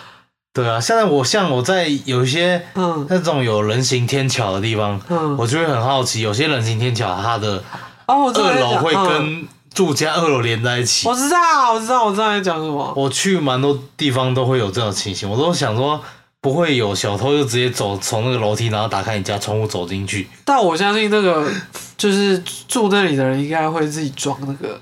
S1: 对啊，现在我像我在有一些
S2: 嗯
S1: 那种有人行天桥的地方，
S2: 嗯，
S1: 我就会很好奇，有些人行天桥它的
S2: 哦，我知道
S1: 二
S2: 你在
S1: 楼
S2: 讲
S1: 会
S2: 嗯
S1: 跟住家二楼连在一起
S2: 我。知道，我知道，我知道你在讲什么。
S1: 我去蛮多地方都会有这种情形，我都想说不会有小偷就直接走从那个楼梯，然后打开你家窗户走进去。
S2: 但我相信那个就是住那里的人，应该会自己装那个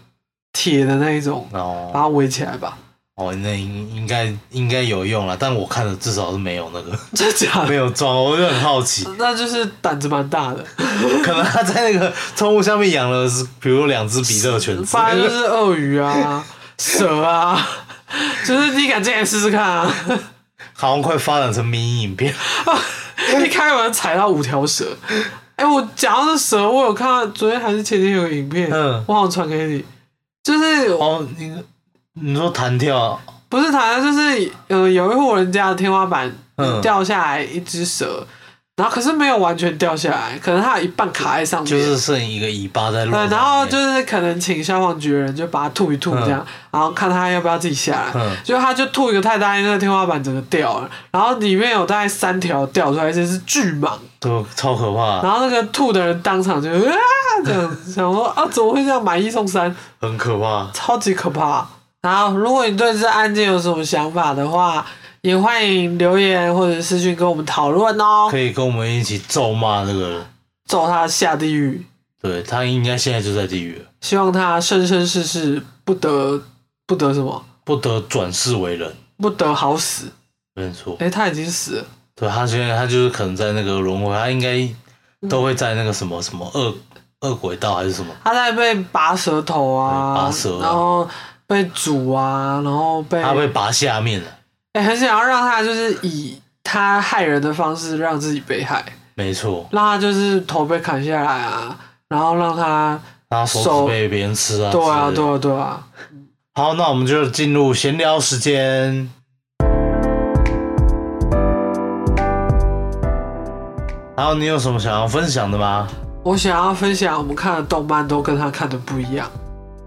S2: 铁的那一种，把
S1: 哦
S2: 它围起来吧？
S1: 哦，那应应该应该有用了，但我看的至少是没有那个
S2: 真假
S1: 没
S2: 的？
S1: 有装，我就很好奇，
S2: 那就是胆子蛮大的，
S1: 可能他在那个窗户下面养了是，比如两只比特犬之
S2: 不然
S1: 类
S2: 就
S1: 的。
S2: 是鳄鱼啊、蛇啊，就是你敢进来试试看啊！
S1: 好像快发展成迷影影片。
S2: 一开门踩到五条蛇。哎、我讲到这蛇，我有看到昨天还是前天有个影片，
S1: 嗯
S2: 我好像传给你，就是
S1: 哦，你你说弹跳，
S2: 不是台湾，就是呃，有一户人家的天花板
S1: 嗯
S2: 掉下来一只蛇，然后可是没有完全掉下来，可能它有一半卡在上面。
S1: 就是剩一个尾巴在路
S2: 对
S1: 上面。，
S2: 然后就是可能请消防局的人就把它吐一吐这样，然后看它要不要自己下来。
S1: 嗯
S2: 就它就吐一个太大力，那个天花板整个掉了，然后里面有大概三条掉出来，而且是巨蟒。
S1: 都超可怕，
S2: 然后那个吐的人当场就啊这样，想说啊怎么会这样买一送三？
S1: 很可怕。
S2: 超级可怕。然后，如果你对这案件有什么想法的话，也欢迎留言或者私讯跟我们讨论哦
S1: 可。以跟我们一起咒骂这个人，
S2: 咒他下地狱，
S1: 对他应该现在就在地狱了，
S2: 希望他生生世世不得不得什么，
S1: 不得转世为人。
S2: 不得好死。
S1: 没错，
S2: 诶，他已经死了，
S1: 对他现在他就是可能在那个轮回，他应该都会在那个什么什么恶恶鬼道还是什么，
S2: 他在被拔舌头啊，
S1: 对拔舌啊
S2: 然后被煮啊，然后被
S1: 他被拔下面了。
S2: 诶很想要让他就是以他害人的方式让自己被害，
S1: 没错，
S2: 让他就是头被砍下来啊，然后让他
S1: 他手
S2: 手
S1: 指被别人吃啊。
S2: 对啊，
S1: 之类的
S2: 对。啊，对啊。
S1: 好，那我们就进入闲聊时间。然后你有什么想要分享的吗？
S2: 我想要分享我们看的动漫都跟他看的不一样。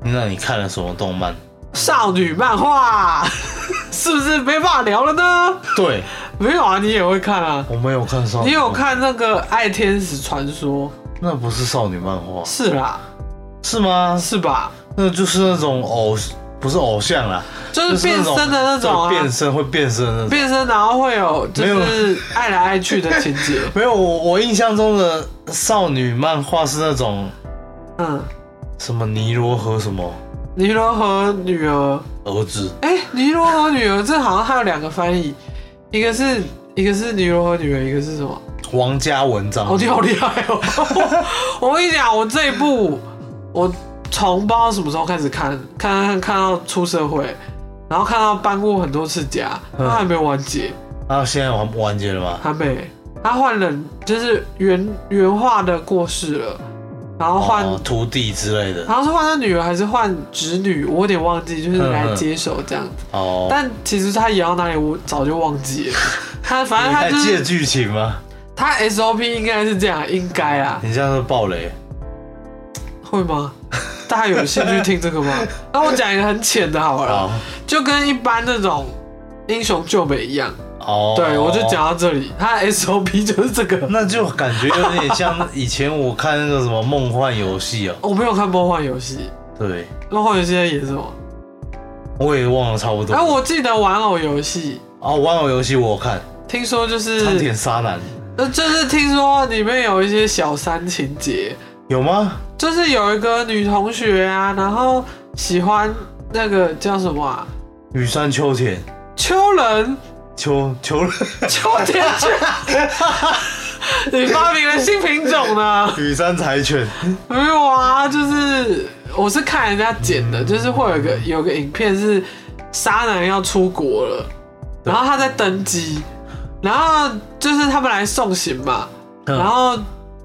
S1: 那你看了什么动漫？
S2: 少女漫画 是不是没办法聊了呢？
S1: 对
S2: 没有啊，你也会看啊。
S1: 我没有看少女，
S2: 你有？看那个《爱天使传说》
S1: 那不是少女漫画
S2: 是啦，
S1: 是吗？
S2: 是吧？
S1: 那就是那种偶，不是偶像啦，
S2: 就是
S1: 那
S2: 变身的那种啊
S1: 对，变身会变身的那种。
S2: 变身然后会有就
S1: 没有
S2: 是爱来爱去的情 节。
S1: 没有，我我印象中的少女漫画是那种
S2: 嗯，
S1: 什么尼罗河什么
S2: 尼罗河女儿，
S1: 儿子，
S2: 哎、尼罗河女儿，这好像还有两个翻译，一个是一个是尼罗河女儿，一个是什么？
S1: 王家文章。
S2: 哦，你好厉害哦！ 我跟你讲，我这一部我从不知道什么时候开始看，看看看到出社会，然后看到搬过很多次家，
S1: 嗯
S2: 他还没有完结，
S1: 啊，现在完完结了吗？
S2: 还没。他换人，就是原原画的过世了，然后换，啊
S1: 哦徒弟之类的
S2: 然后是换他女儿还是换侄女，我有点忘记，就是
S1: 嗯
S2: 来接手这样。
S1: 哦。
S2: 但其实他演到哪里，我早就忘记 了。他反正
S1: 你
S2: 他
S1: 还
S2: 就
S1: 记得
S2: 是
S1: 哎剧情吗？
S2: 他 SOP 应该是这样，应该啊，
S1: 你这样是暴雷，
S2: 会 吗？大家有兴趣听这个吗？那我讲一个很浅的好了，
S1: 好
S2: 就跟一般那种英雄救美一样。
S1: 哦。
S2: 对，我就讲。到这里，他的 SOP 就是这个。
S1: 那就感觉有点像以前我看那个什么梦幻游戏哦，
S2: 我没有看梦幻游戏，
S1: 对，
S2: 梦幻游戏在演什么？
S1: 我也忘了差不多。
S2: 哎、我记得玩偶游戏，
S1: 啊，玩偶游戏我有看，
S2: 听说就
S1: 苍
S2: 是
S1: 田沙男
S2: 呃，就是听说里面有一些小三情节，
S1: 有吗？
S2: 就是有一个女同学啊，然后喜欢那个叫什么啊？
S1: 羽山秋田，
S2: 秋人，
S1: 秋秋
S2: 秋天秋，你发明了新品种呢？
S1: 羽山柴犬，
S2: 没有啊，就是我是看人家剪的，就是会有一个有个影片是沙男要出国了，
S1: 对
S2: 然后他在登机，然后就是他们来送行嘛，然后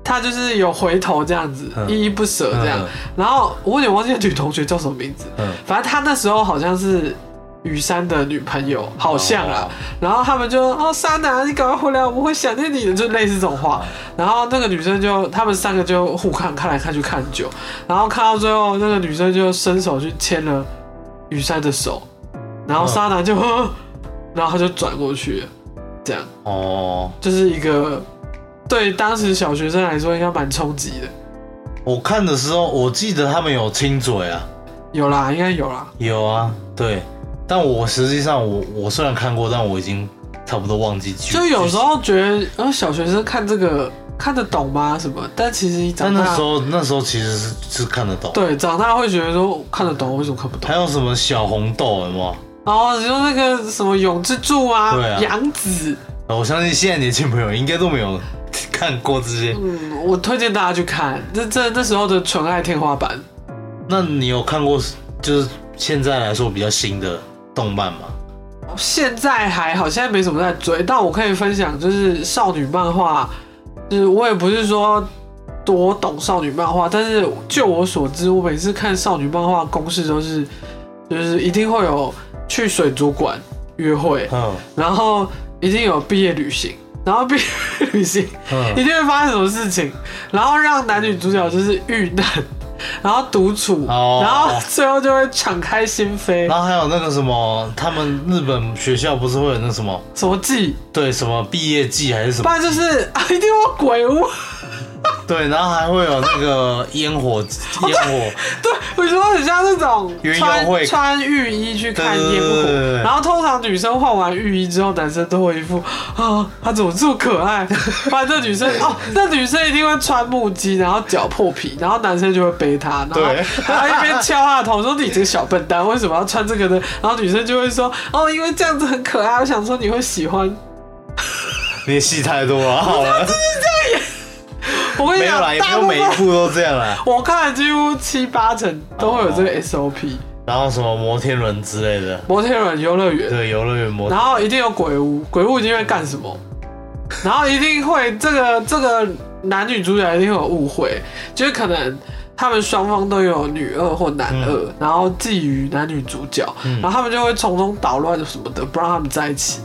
S2: 他就是有回头这样子，
S1: 嗯
S2: 依依不舍这样
S1: 嗯嗯，
S2: 然后我有点忘记那女同学叫什么名字，
S1: 嗯
S2: 反正他那时候好像是。雨山的女朋友好像
S1: 哦
S2: 啦，然后他们就哦沙男，你赶快回来，我们会想念你的，就类似这种话。然后那个女生就，啊他们三个就互看，看来看去看久，然后看到最后，那个女生就伸手去牵了雨山的手，然后沙男就，呵然后他就转过去了，这样
S1: 哦，
S2: 就是一个对当时小学生来说应该蛮冲击的。
S1: 我看的时候我记得他们有亲嘴啊，
S2: 有啦，应该有啦。
S1: 有啊，对，但我实际上我我虽然看过，但我已经差不多忘记剧，
S2: 就有时候觉得，呃，小学生看这个看得懂吗？什么？但其实你
S1: 但
S2: 长
S1: 那
S2: 大
S1: 时，候那时候其实是是看得懂，
S2: 对，长大会觉得说看得懂，为什么看不懂？
S1: 还有什么小红豆有没有？
S2: 然后你说那个什么永之助啊
S1: 对啊，
S2: 杨、紫，
S1: 我相信现在年轻朋友应该都没有看过这些。
S2: 嗯，我推荐大家去看，这这那时候的纯爱天花板。
S1: 那你有看过就是现在来说比较新的动漫吗？
S2: 现在还好，现在没什么在追，但我可以分享，就是少女漫画，就是我也不是说多懂少女漫画，但是就我所知，我每次看少女漫画公式都是，就是一定会有去水族馆约会，
S1: 嗯
S2: 然后一定有毕业旅行，然后毕业旅行一
S1: 嗯，
S2: 定会发生什么事情，然后让男女主角就是遇难，然后独处，
S1: 哦
S2: 然后最后就会敞开心扉，
S1: 然后还有那个什么，他们日本学校不是会有那什么
S2: 什么记。
S1: 对什么毕业季还是什
S2: 不
S1: 么？
S2: 然就是 啊，一定有鬼屋。
S1: 对，然后还会有那个烟 火烟火，
S2: 对，我觉得很像那种
S1: 园游会
S2: 穿穿浴衣去看
S1: 对对
S2: 烟
S1: 对对
S2: 火，
S1: 对
S2: 然后通常女生换完浴衣之后，男生都会一副 啊，他怎么这么可爱？ 不然这女生 哦，那女生一定会穿木屐，然后脚破皮，然后男生就会背她，然后
S1: 对
S2: 他一边敲她的头说：“你这个小笨蛋，为什么要穿这个呢？”然后女生就会说：“哦，因为这样子很可爱，我想说你会喜欢。
S1: 你戏太多了，
S2: 啊
S1: 好了，”
S2: 我跟
S1: 没
S2: 你
S1: 有
S2: 讲
S1: 啦，，也没
S2: 大
S1: 有
S2: 部
S1: 每一
S2: 分
S1: 部都这样啦。
S2: 我看了几乎七八成都会有
S1: 哦
S2: 这个 SOP。
S1: 然后什么摩天轮之类的，
S2: 摩天轮游乐园，
S1: 对，游乐园摩
S2: 然后一定有鬼屋，鬼屋一定会干什么？然后一定会这个这个男女主角一定会有误会，就是可能他们双方都有女二或男二，
S1: 嗯
S2: 然后觊觎男女主角，然后他们就会从中捣乱什么的，不让他们在一起。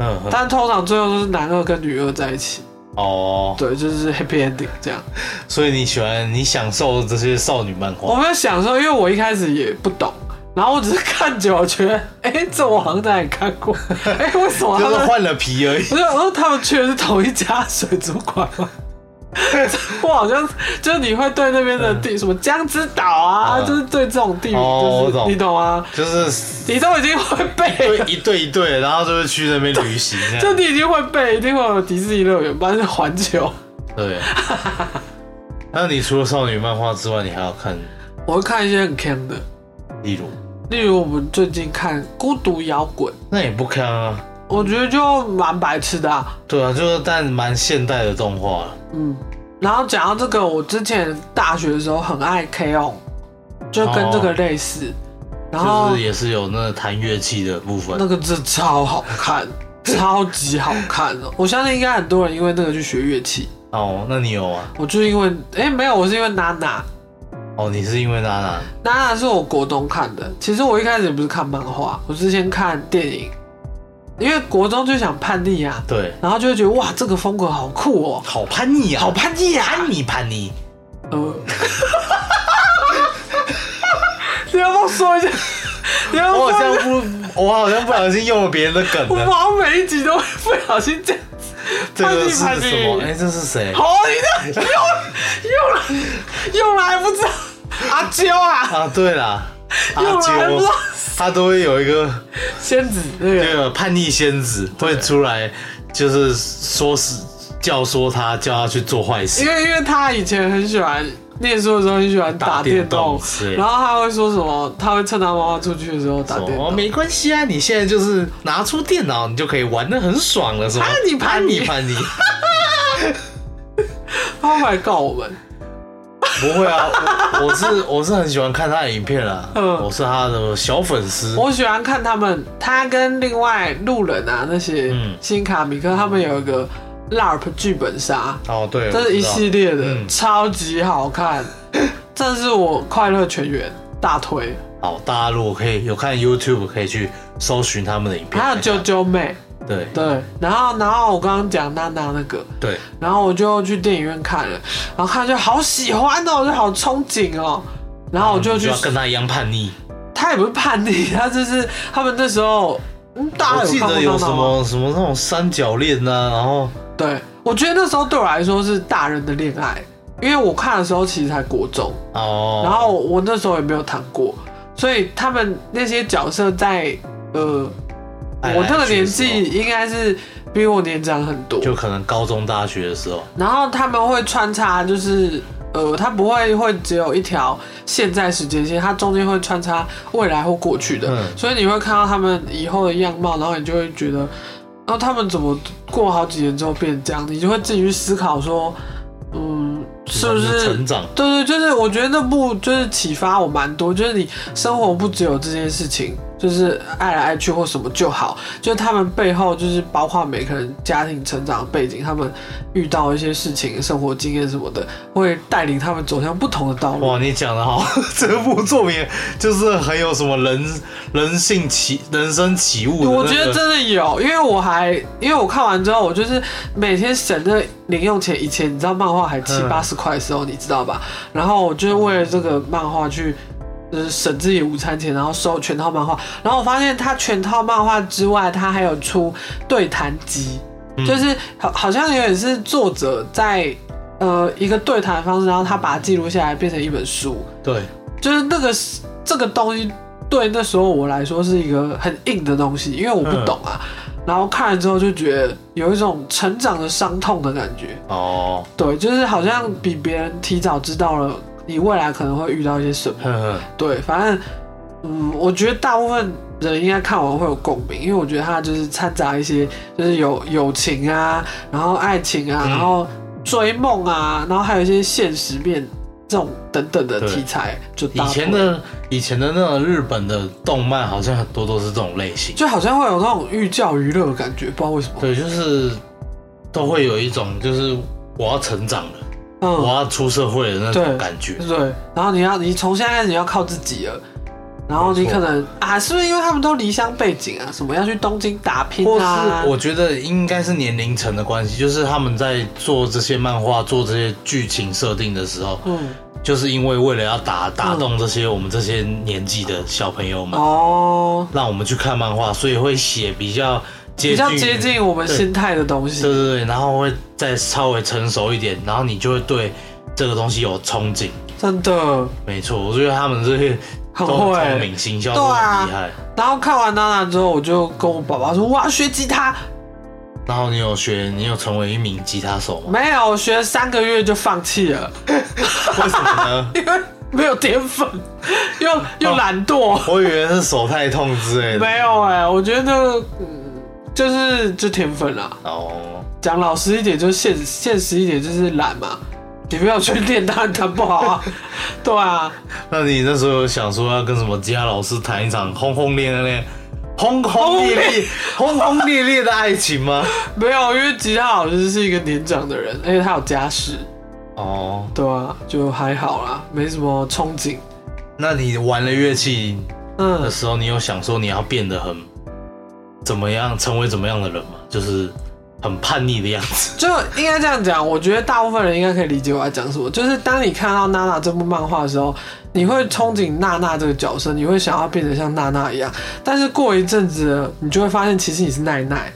S1: 嗯嗯
S2: 但通常最后都是男二跟女二在一起，
S1: 哦，
S2: 对，就是 happy ending 这样。
S1: 所以你喜欢你享受这些少女漫
S2: 我
S1: 画，
S2: 没有享受，因为我一开始也不懂。然后我只是看久了，觉得，哎、这我好像哪里看过，哎、为什么他
S1: 就是
S2: 们
S1: 换了皮而已。
S2: 不是，我说他们去的是同一家水族馆吗？ 我好像就是你会对那边的地、什么江之岛啊，
S1: 嗯
S2: 就是对这种地名，
S1: 哦
S2: 就是
S1: 我懂
S2: 你懂吗？
S1: 就是
S2: 你都已经会背
S1: 对
S2: 了，
S1: 一对一对，然后就会去那边旅行这
S2: 就
S1: 样。
S2: 你已经会背，一定会有迪士尼乐园，不然是环球。
S1: 对。那你除了少女漫画之外，你还要看，
S2: 我会看一些很 can 的，
S1: 例如，
S2: 例如我们最近看《孤独摇滚》，
S1: 那也不看啊。
S2: 我觉得就蛮白痴的、啊。
S1: 对啊，就是但蛮现代的动画了。
S2: 然后讲到这个，我之前大学的时候很爱 K O，就跟这个类似。然
S1: 哦
S2: 后
S1: 就是也是有那个弹乐器的部分
S2: 那。个真的超好看，超级好看哦！我相信应该很多人因为那个去学乐器，
S1: 哦，那你有啊？
S2: 我就是因为哎、没有，我是因为娜娜，
S1: 哦，你是因为娜娜
S2: 娜娜是我国中看的。其实我一开始也不是看漫画，我是先看电影，因为国中就想叛逆啊，
S1: 对，
S2: 然后就会觉得哇，这个风格好酷哦、
S1: 好叛逆啊，
S2: 好叛逆啊！
S1: 叛逆叛逆，
S2: 呃， 你要不要说一下？你要不
S1: 我
S2: 要
S1: 好
S2: 说
S1: 像
S2: 一下？
S1: 不，我好像不小心用了别人的梗
S2: 我们
S1: 了。
S2: 好像每一集都会不小心这样子。
S1: 这
S2: 叛
S1: 个
S2: 逆
S1: 是
S2: 叛
S1: 什么？哎，
S2: 逆。
S1: 这是谁？
S2: 好，你这用用了用了还不知道阿娇啊，
S1: 啊，对啦，阿
S2: 用了还不知
S1: 啾
S2: 道，
S1: 他都会有一个
S2: 仙子那
S1: 那
S2: 个
S1: 个叛逆仙子会出来，就是说是教唆他，叫他去做坏
S2: 因
S1: 事。
S2: 为因为他以前很喜欢念书的时候很喜欢打
S1: 打电
S2: 电动
S1: 动是，
S2: 然后他会说什么？他会趁他妈妈出去的时候打电
S1: 哦，
S2: 动。
S1: 没关系啊，你现在就是拿出电脑，你就可以玩的很爽了，是吗？
S2: 啊你叛逆
S1: 叛 逆，
S2: 他会来告我们。
S1: 嗯不会啊，我我是我是很喜欢看他的影片啦，
S2: 嗯
S1: 我是他的小粉丝。
S2: 我喜欢看他们，他跟另外路人啊那些
S1: 嗯
S2: 新卡米克，他们有一个 LARP 剧本杀，
S1: 哦，对，
S2: 这
S1: 我知
S2: 是一
S1: 道
S2: 系列的，
S1: 嗯
S2: 超级好看。这是我快乐全员大推，
S1: 好，哦大家如果可以有看 YouTube，可以去搜寻他们的影片。
S2: 还有啾啾妹，
S1: 对
S2: 对，然后然后我刚刚讲娜娜那个，
S1: 对，
S2: 然后我就去电影院看了，然后看就好喜欢哦，就好憧憬哦，然后我就
S1: 哦你
S2: 去
S1: 要，跟他一样叛逆。
S2: 他也不是叛逆，他就是他们那时候，嗯，大
S1: 我
S2: 家
S1: 记
S2: 有看
S1: 得
S2: 过
S1: 有
S2: 娜
S1: 什
S2: 娜吗
S1: 么什么那种三角恋呐、啊，然后
S2: 对，我觉得那时候对我来说是大人的恋爱，因为我看的时候其实才国中，
S1: 哦，
S2: 然后我那时候也没有谈过，所以他们那些角色在呃
S1: 爱来
S2: 我那个
S1: 哎去的
S2: 年
S1: 时候
S2: 纪应该是比我年长很多，
S1: 就可能高中大学的时候，
S2: 然后他们会穿插就是。呃，他不会会只有一条现在时间线，它中间会穿插未来或过去的，
S1: 嗯
S2: 所以你会看到他们以后的样貌，然后你就会觉得，然后他们怎么过好几年之后变成这样，你就会自己去思考说，嗯，是
S1: 就
S2: 不？
S1: 是成长？
S2: 对对，就是我觉得那部就是启发我蛮多，就是你生活不只有这件事情，就是爱来爱去或什么就好，就是他们背后就是包括每个人家庭成长背景，他们遇到一些事情、生活经验什么的，会带领他们走向不同的道路。
S1: 哇，你讲的好， 这部作品就是很有什么人人性起人生起悟的、那个
S2: 我觉得真的有，因为我还因为我看完之后，我就是每天省的零用钱，以前你知道漫画还七
S1: 嗯
S2: 八十块的时候，你知道吧？然后我就是为了这个漫画去。就是省自己午餐钱，然后收全套漫画。然后我发现它全套漫画之外，它还有出对谈集，
S1: 嗯
S2: 就是好好像有点是作者在呃一个对谈方式，然后他把它记录下来变成一本书。
S1: 对，
S2: 就是那个是这个东西对那时候我来说是一个很硬的东西，因为我不懂啊。
S1: 嗯
S2: 然后看了之后就觉得有一种成长的伤痛的感觉，
S1: 哦，
S2: 对，就是好像比别人提早知道了你未来可能会遇到一些什么。
S1: 呵呵，
S2: 对，反正嗯，我觉得大部分人应该看完会有共鸣，因为我觉得它就是掺杂一些就是有友情啊，然后爱情啊，
S1: 嗯
S2: 然后追梦啊，然后还有一些现实面这种等等的
S1: 对
S2: 题材，就搭
S1: 以
S2: 配
S1: 前的以前的那种日本的动漫好像很多都是这种类型。
S2: 就好像会有那种寓教于乐的感觉，不知道为什么。
S1: 对，就是都会有一种就是我要成长了，我
S2: 嗯，
S1: 要出社会的那种
S2: 对
S1: 感觉。
S2: 对。然后你要，你从现在开始你要靠自己了。然后你
S1: 没错
S2: 可能啊，是不是因为他们都离乡背景啊，什么要去东京打拼
S1: 或
S2: 啊？
S1: 是我觉得应该是年龄层的关系，就是他们在做这些漫画、做这些剧情设定的时候，
S2: 嗯，
S1: 就是因为为了要打打动这些我们这些年纪的小朋友们，
S2: 哦，
S1: 让我们去看漫画，所以会写比较接近
S2: 比较接近我们
S1: 对
S2: 心态的东西。
S1: 对对对，然后会再稍微成熟一点，然后你就会对这个东西有憧憬。
S2: 真的
S1: 没错，我觉得他们这些
S2: 很
S1: 都很聪
S2: 会。
S1: 明，行销
S2: 对
S1: 都很
S2: 啊
S1: 厉害。
S2: 然后看完娜娜之后，我就跟我爸爸说：“我要学吉他。
S1: 然后你有学，你有成为一名吉他手”吗？
S2: 没有，我学了三个月就放弃了，
S1: 为什么 呢？
S2: 因为没有天分，又又懒惰。
S1: 我以为是手太痛之类的。
S2: 没有哎、我觉得嗯，就是就天分啦。
S1: 哦，
S2: 讲老实一点，就现现实一点，就是懒嘛。你不要去练，当然弹不好啊。 对啊，
S1: 那你那时候有想说要跟什么吉他老师谈一场轰轰烈烈、轰轰烈烈、轰轰烈烈的爱情吗？
S2: 没有，因为吉他老师是一个年长的人，而且他有家室，
S1: 哦，
S2: 对啊，就还好啦，没什么憧憬。
S1: 那你玩了乐器的
S2: 嗯，
S1: 时候，你有想说你要变得很怎么样，成为怎么样的人吗？就是很叛逆的样子。
S2: 就应该这样讲，我觉得大部分人应该可以理解我在讲什么。就是当你看到娜娜这部漫画的时候，你会憧憬娜娜这个角色，你会想要变得像娜娜一样。但是过一阵子，你就会发现其实你是奈奈，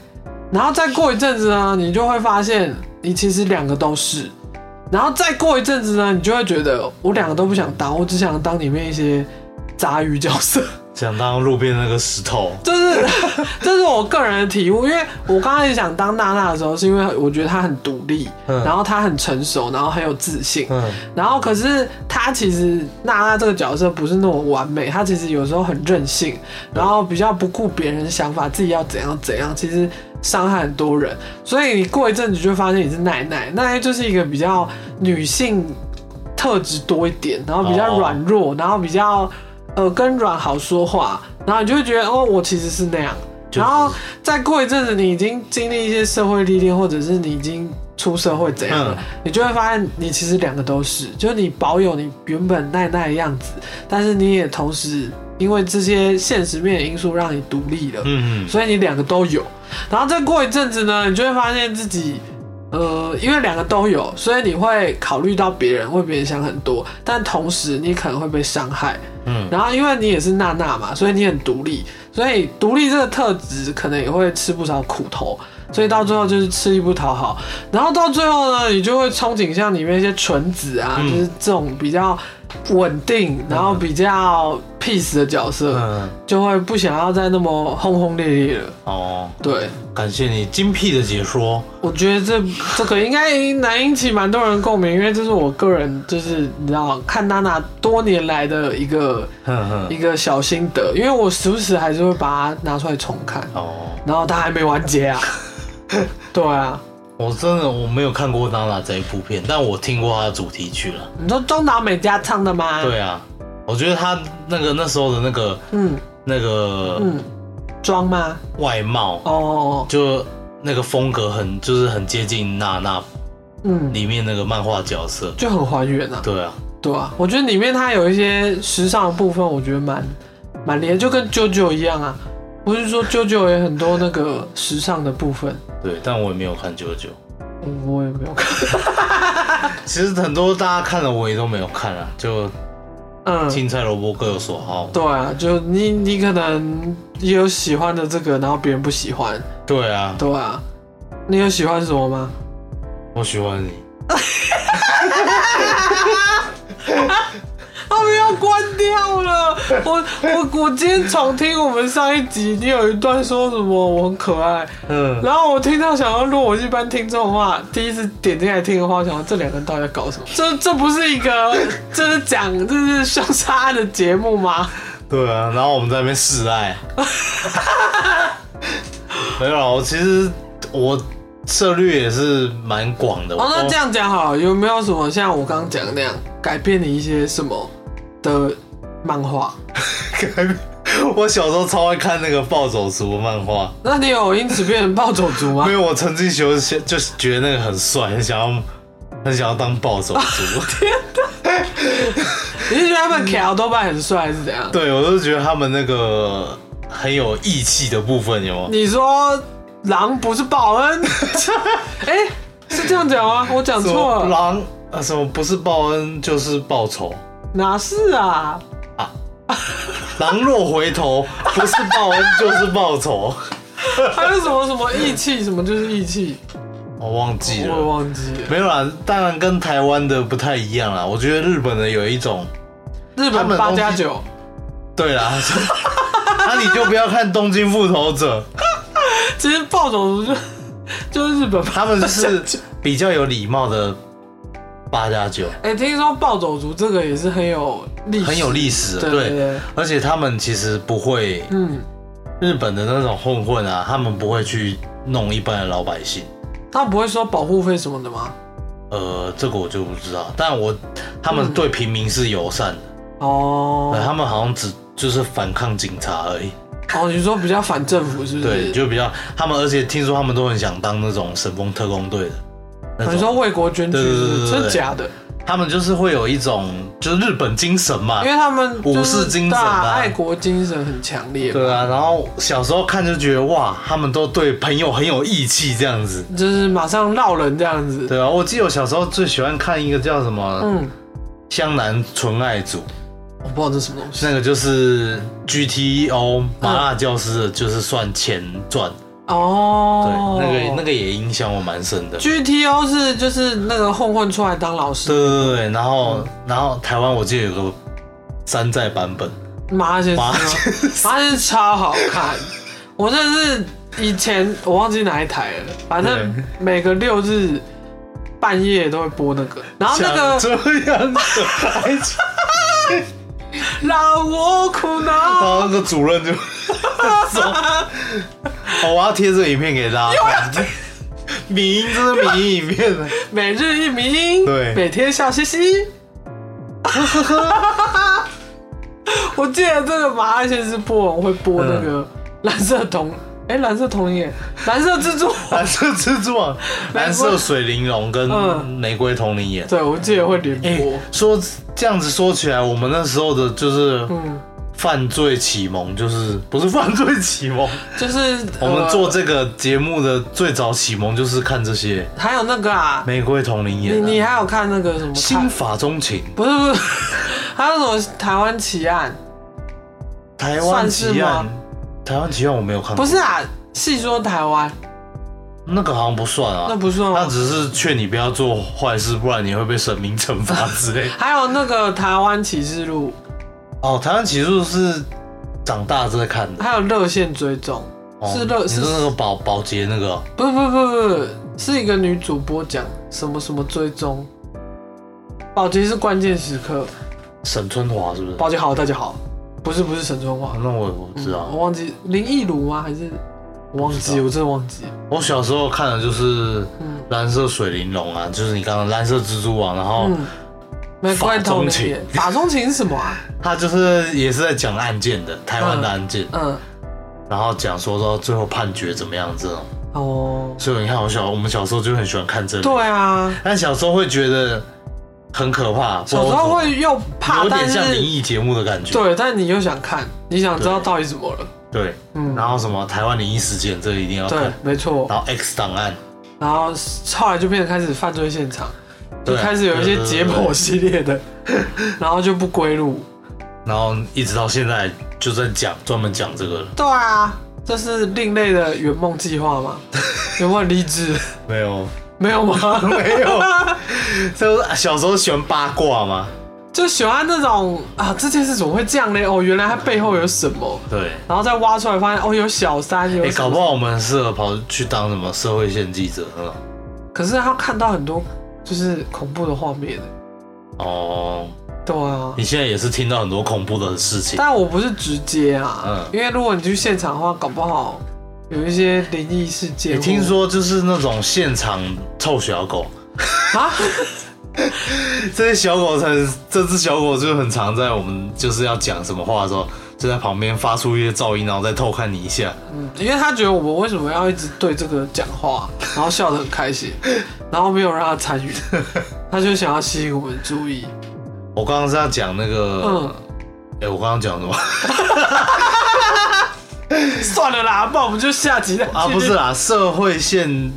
S2: 然后再过一阵子呢，你就会发现你其实两个都是。然后再过一阵子呢，你就会觉得我两个都不想当，我只想当里面一些杂鱼角色。
S1: 想当路边那个石头，
S2: 这是 这是我个人的体悟，因为我刚开始想当娜娜的时候，是因为我觉得她很独立，
S1: 嗯
S2: 然后她很成熟，然后很有自信，
S1: 嗯，
S2: 然后可是她其实娜娜这个角色不是那么完美，她其实有时候很任性，然后比较不顾别人的想法，自己要怎样怎样，其实伤害很多人。所以你过一阵子就会发现你是奶奶，奶奶就是一个比较女性特质多一点，然后比较
S1: 哦
S2: 软弱，然后比较呃跟软好说话，然后你就会觉得哦，我其实是那样。
S1: 就是
S2: 然后再过一阵子，你已经经历一些社会历练，或者是你已经出社会怎样了，
S1: 嗯
S2: 你就会发现你其实两个都是，就是你保有你原本奈奈的样子，但是你也同时因为这些现实面的因素让你独立了，
S1: 嗯，
S2: 所以你两个都有。然后再过一阵子呢，你就会发现自己，呃，因为两个都有，所以你会考虑到别人，为别人想很多，但同时你可能会被伤害。
S1: 嗯
S2: 然后因为你也是娜娜嘛，所以你很独立，所以独立这个特质可能也会吃不少苦头。所以到最后就是吃力不讨好，然后到最后呢，你就会憧憬像里面一些纯子啊，
S1: 嗯
S2: 就是这种比较稳定，然后比较 peace 的角色。
S1: 嗯，
S2: 就会不想要再那么轰轰烈烈了。
S1: 哦，
S2: 对，
S1: 感谢你精辟的解说。
S2: 我觉得这这个应该难引起蛮多人共鸣，因为这是我个人就是你知道看娜娜多年来的一个
S1: 哼哼，
S2: 一个小心得，因为我时不时还是会把它拿出来重看，
S1: 哦，
S2: 然后它还没完结啊。对啊，
S1: 我真的我没有看过《娜娜》这一部片，但我听过她的主题曲了。
S2: 你说中岛美嘉唱的吗？，
S1: 对啊，我觉得她那个那时候的那个
S2: 嗯
S1: 那个
S2: 嗯，装吗？
S1: 外貌，
S2: 哦，
S1: 就那个风格很就是很接近娜娜
S2: 嗯，
S1: 里面那个漫画角色。
S2: 就很还原啊。
S1: 对啊，
S2: 对啊，我觉得里面它有一些时尚的部分，我觉得蛮蛮厉害，就跟啾啾一样啊。不是说啾啾也很多那个时尚的部分，
S1: 对，但我也没有看九九。
S2: 嗯我也没有看。
S1: 其实很多大家看了我也都没有看啊，就
S2: 嗯，
S1: 青菜萝卜各有所好。
S2: 对啊，就你你可能也有喜欢的这个，然后别人不喜欢，
S1: 对啊，
S2: 对啊。你有喜欢什么吗？
S1: 我喜欢你。
S2: 他们要关掉了。我我我今天重听我们上一集，你有一段说什么我很可爱，
S1: 嗯，
S2: 然后我听到想要，如果我是一般听众的话，第一次点进来听的话，我想说这两个人到底在搞什么？这这不是一个 这是讲这是凶杀案的节目吗？
S1: 对啊，然后我们在那边示 爱。没有啦，我其实我策略也是蛮广的。
S2: 哦，那
S1: 我
S2: 这样讲好了，有没有什么像我刚刚讲的那样改变你一些什么的漫画？
S1: 我小时候超爱看那个暴走族的漫画。
S2: 那你有因此变成暴走族吗
S1: 没？有，我曾经就就是觉得那个很帅，很想要，很想要当暴走 族。
S2: 你是觉得他们卡多半很帅还是怎样？
S1: 对，我就觉得他们那个很有义气的部分，有吗？
S2: 你说狼不是报恩？ 哎、是这样讲吗？我讲
S1: 什
S2: 错
S1: 么
S2: 了，
S1: 狼啊，什么不是报恩就是报仇，
S2: 哪是啊？
S1: 狼若回头，不是报恩就是报仇。
S2: 还有什么什么义气，什么就是义气，
S1: 我忘记
S2: 我也
S1: 了，
S2: 忘记了。
S1: 没有啦，当然跟台湾的不太一样啦。我觉得日本的有一种，
S2: 日
S1: 他们
S2: 本
S1: 的
S2: 八
S1: 东西
S2: 加九，
S1: 对啦， 那你就不要看东京复仇者，
S2: 其实暴走族就 就是日本吧。
S1: 他们是 比较有礼貌的八加九。
S2: 哎、听说暴走族这个也是很有历史，
S1: 很有历史，
S2: 对
S1: 对
S2: 对对
S1: 而且他们其实不会
S2: 嗯，
S1: 日本的那种混混啊，他们不会去弄一般的老百姓。
S2: 他不会收保护费什么的吗？
S1: 呃，这个我就不知道，但我他们对平民是友善的，
S2: 嗯哦
S1: 啊对，他们好像只就是反抗警察而已。
S2: 哦，你说比较反政府是不
S1: 对，
S2: 是？，
S1: 就比较他们，而且听说他们都很想当那种神风特工队的。那
S2: 你
S1: 种。
S2: 说为国捐躯
S1: 对对
S2: 是
S1: 对
S2: 不
S1: 对
S2: 是
S1: 对
S2: 真假的？
S1: 他们就是会有一种就是日本精神嘛
S2: 因，为他们就是
S1: 啊武士精神啊
S2: 大爱国精神很强烈，
S1: 对啊。然后小时候看就觉得哇，他们都对朋友很有义气这样子，
S2: 就是马上绕人这样子。
S1: 对啊。我记得我小时候最喜欢看一个叫什么《
S2: 嗯，
S1: 湘南纯爱组》，
S2: 我不知道这是什么东西
S1: 那个就是
S2: 嗯
S1: GTO 麻辣教师的，就是算前传，对，
S2: 哦。
S1: 那个那个也影响我蛮深的。
S2: GTO 是就是那个混混出来当老
S1: 对
S2: 师，
S1: 对对对，然后然后台湾我记得有个山寨版本，
S2: 麻辣先生
S1: 麻
S2: 啊，麻辣先生超好 看，我真的是以前我忘记哪一台了，反正
S1: 对
S2: 每个六日半夜都会播啊那个，然后那个
S1: 像这样的爱情，
S2: 让我苦
S1: 然
S2: 恼，
S1: 后那个主任就走。哦，我要贴这个影片给大家 看。迷音，这是迷音影片。
S2: 每日一名，
S1: 对
S2: 每天笑嘻嘻。 我记得这个麻辣先生播完会播那
S1: 嗯
S2: 个蓝色瞳，哎、蓝色瞳眼，蓝色 蜘蛛。
S1: 蓝色蜘蛛网、蓝色水玲珑跟
S2: 嗯
S1: 玫瑰同林眼。
S2: 对，我记得会连
S1: 哎
S2: 播。，
S1: 说这样子说起来，我们那时候的就是
S2: 嗯，
S1: 犯罪启蒙，就是不是犯罪启 蒙，
S2: 就是
S1: 我们
S2: 呃
S1: 做这个节目的最早启蒙就是看这些
S2: 还有那个啊，
S1: 玫瑰同林
S2: 你你
S1: 眼、啊、
S2: 还有看那个什么？
S1: 心
S2: 台
S1: 法钟情、
S2: 不是 不是，还有什么台湾奇案？
S1: 台湾奇
S2: 算
S1: 案
S2: 是吗、
S1: 台湾奇案我没有看过，
S2: 不是啊，细说台湾，
S1: 那个好像不算啊，
S2: 那不算
S1: 他
S2: 吗？。
S1: 只是劝你不要做坏事，不然你会被神明惩 罚之类
S2: 还有那个台湾启示录，
S1: 哦，台湾起诉是长大之后看的，
S2: 还有热线追踪，
S1: 哦、
S2: 是乐
S1: 你
S2: 是
S1: 说那个保保洁那个
S2: 不不不不，是一个女主播讲什么什么追踪。保洁是关键时刻，
S1: 沈春华是不是？
S2: 保洁好，大家好，不是不是沈春华
S1: 哦啊，那我我不知道，
S2: 我忘记林忆如吗？还是我忘记，我真的忘记了。
S1: 我小时候看的就是
S2: 嗯
S1: 蓝色水玲珑啊，就是你刚刚蓝色蜘蛛网，然后
S2: 嗯，玫瑰同林眼，法中情是什么 啊？
S1: 他就是也是在讲案件的，台湾的
S2: 嗯
S1: 案件，
S2: 嗯，
S1: 然后讲说到最后判决怎么样这种，
S2: 哦，
S1: 所以你看我小我们小时候就很喜欢看这个，
S2: 对啊，
S1: 但小时候会觉得很可怕，不知道
S2: 小时候
S1: 为什么
S2: 会又怕，
S1: 有
S2: 但
S1: 点像灵
S2: 是
S1: 异节目的感觉。
S2: 对，但你又想看，你想知道到底怎么了？
S1: 对，
S2: 嗯，
S1: 然后什么台湾灵异事件，这个一定要
S2: 对
S1: 看。，
S2: 没错。
S1: 然后 X 档案，
S2: 然后后来就变得开始犯罪现场，就
S1: 对
S2: 开始有一些解
S1: 对对
S2: 剖
S1: 对
S2: 系列的，然后就不归路。
S1: 然后一直到现在就在讲专门讲这个了。
S2: 对啊，这是另类的圆梦计划 吗？有没有励志？
S1: 没有，
S2: 没有吗？
S1: 没有，就是小时候喜欢八卦嘛。
S2: 就喜欢那种啊，这件事怎么会这样呢？哦，原来它背后有什么，
S1: 对，
S2: 然后再挖出来发现哦，有小三，有
S1: 哎、
S2: 什么
S1: 搞不好我们很适合跑去当什么社会线记者那种。
S2: 可是他看到很多就是恐怖的画面，
S1: 哦，
S2: 对啊。
S1: 你现在也是听到很多恐怖的事情。
S2: 但我不是直接啊，
S1: 嗯
S2: 因为如果你去现场的话，搞不好有一些灵异事件
S1: 你
S2: 或。
S1: 听说就是那种现场臭小狗，
S2: 啊？
S1: 这些小狗很，这只小狗就很常在我们就是要讲什么话的时候，就在旁边发出一些噪音，然后再偷看你一下。
S2: 嗯因为他觉得我们为什么要一直对这个讲话，然后笑得很开心， 然后没有让他参 与，他就想要吸引我们注意。
S1: 我刚刚是要讲那个，哎、
S2: 嗯，
S1: 我刚刚讲 什么啊
S2: 算了啦，不然我们就下集再
S1: 啊？
S2: 继续
S1: 不是啦，社会线。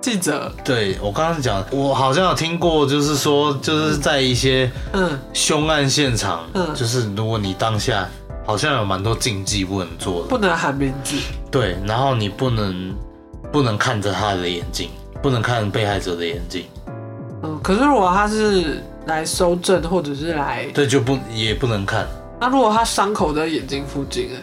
S2: 记者，
S1: 对我刚刚讲，我好像有听过，就是说，就是在一些
S2: 嗯，
S1: 凶案现场，
S2: 嗯
S1: 就是如果你当下好像有蛮多禁忌不能做的，
S2: 不能喊名字，
S1: 对，然后你不能不能看着他的眼睛，不能看被害者的眼睛，
S2: 嗯，可是如果他是来搜证或者是来，
S1: 对，就不也不能看。
S2: 那如果他伤口在眼睛附近、欸，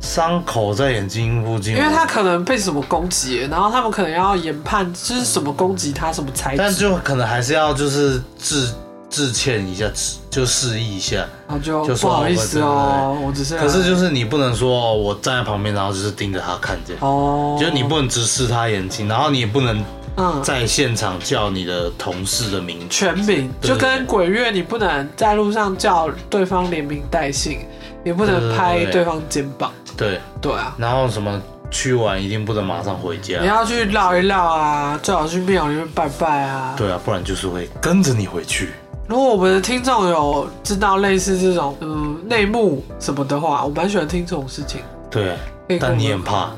S1: 伤口在眼睛附近，
S2: 因为
S1: 我
S2: 他可能被什么攻击欸了，然后他们可能要研判这是什么攻击他，什么材
S1: 但
S2: 质，
S1: 就可能还是要就是致致歉一下，致就示意一下。
S2: 然后就
S1: 就
S2: 不
S1: 说
S2: 好意思哦、我只是来，
S1: 可是就是你不能说哦我站在旁边，然后就是盯着他看这样，
S2: 哦，
S1: 就是你不能直视他眼睛，然后你也不能
S2: 嗯
S1: 在现场叫你的同事的名字。
S2: 全名，
S1: 对
S2: 就跟鬼月你不能在路上叫对方连名带姓，也不能
S1: 对对对
S2: 拍
S1: 对
S2: 对方肩膀，
S1: 对，
S2: 对啊，
S1: 然后什么去完一定不能马上回家
S2: 你，要去绕一绕啊，最好去庙里面拜拜啊。
S1: 对啊，不然就是会跟着你回去。
S2: 如果我们的听众有知道类似这种嗯内幕什么的话，我蛮喜欢听这种事情，
S1: 对
S2: 可以，跟我
S1: 但
S2: 们
S1: 你很怕。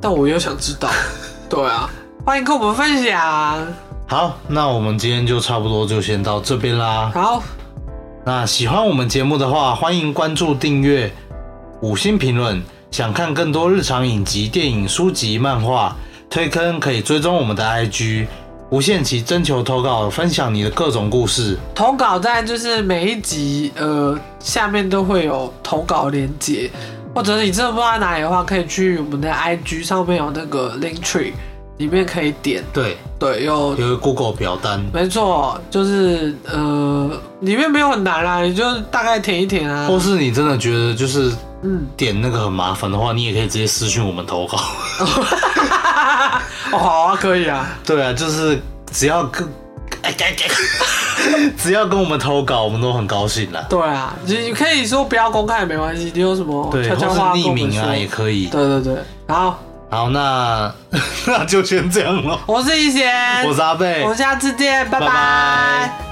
S2: 但我又想知道。 对啊，欢迎跟我们分享。
S1: 好，那我们今天就差不多就先到这边啦。
S2: 好，
S1: 那喜欢我们节目的话，欢迎关注、订阅、五星评论。想看更多日常影集、电影、书籍、漫画推坑，可以追踪我们的 IG，无限期征求投稿，分享你的各种故事。
S2: 投稿在就是每一集呃下面都会有投稿连接，或者是你真的不知道在哪里的话，可以去我们的 IG 上面有那个 link tree，里面可以点。
S1: 对，
S2: 对，有
S1: 有一个 Google 表单，
S2: 没错，就是呃里面没有很难啦，你就大概填一填啊。
S1: 或是你真的觉得就是
S2: 嗯，
S1: 点那个很麻烦的话，你也可以直接私讯我们投稿。
S2: 哦好啊，可以啊。
S1: 对啊，就是只要跟，哎 只要跟我们投稿，我们都很高兴啦。
S2: 对啊，你可以说不要公开也没关系，你有什么
S1: 对，或
S2: 悄
S1: 是
S2: 悄话跟
S1: 匿
S2: 我们
S1: 名
S2: 说。
S1: 啊也可以。
S2: 对对对，好，
S1: 好，那 那就先这样咯。
S2: 我是一贤，
S1: 我是阿贝
S2: 我，们下次见，拜
S1: 拜拜
S2: 拜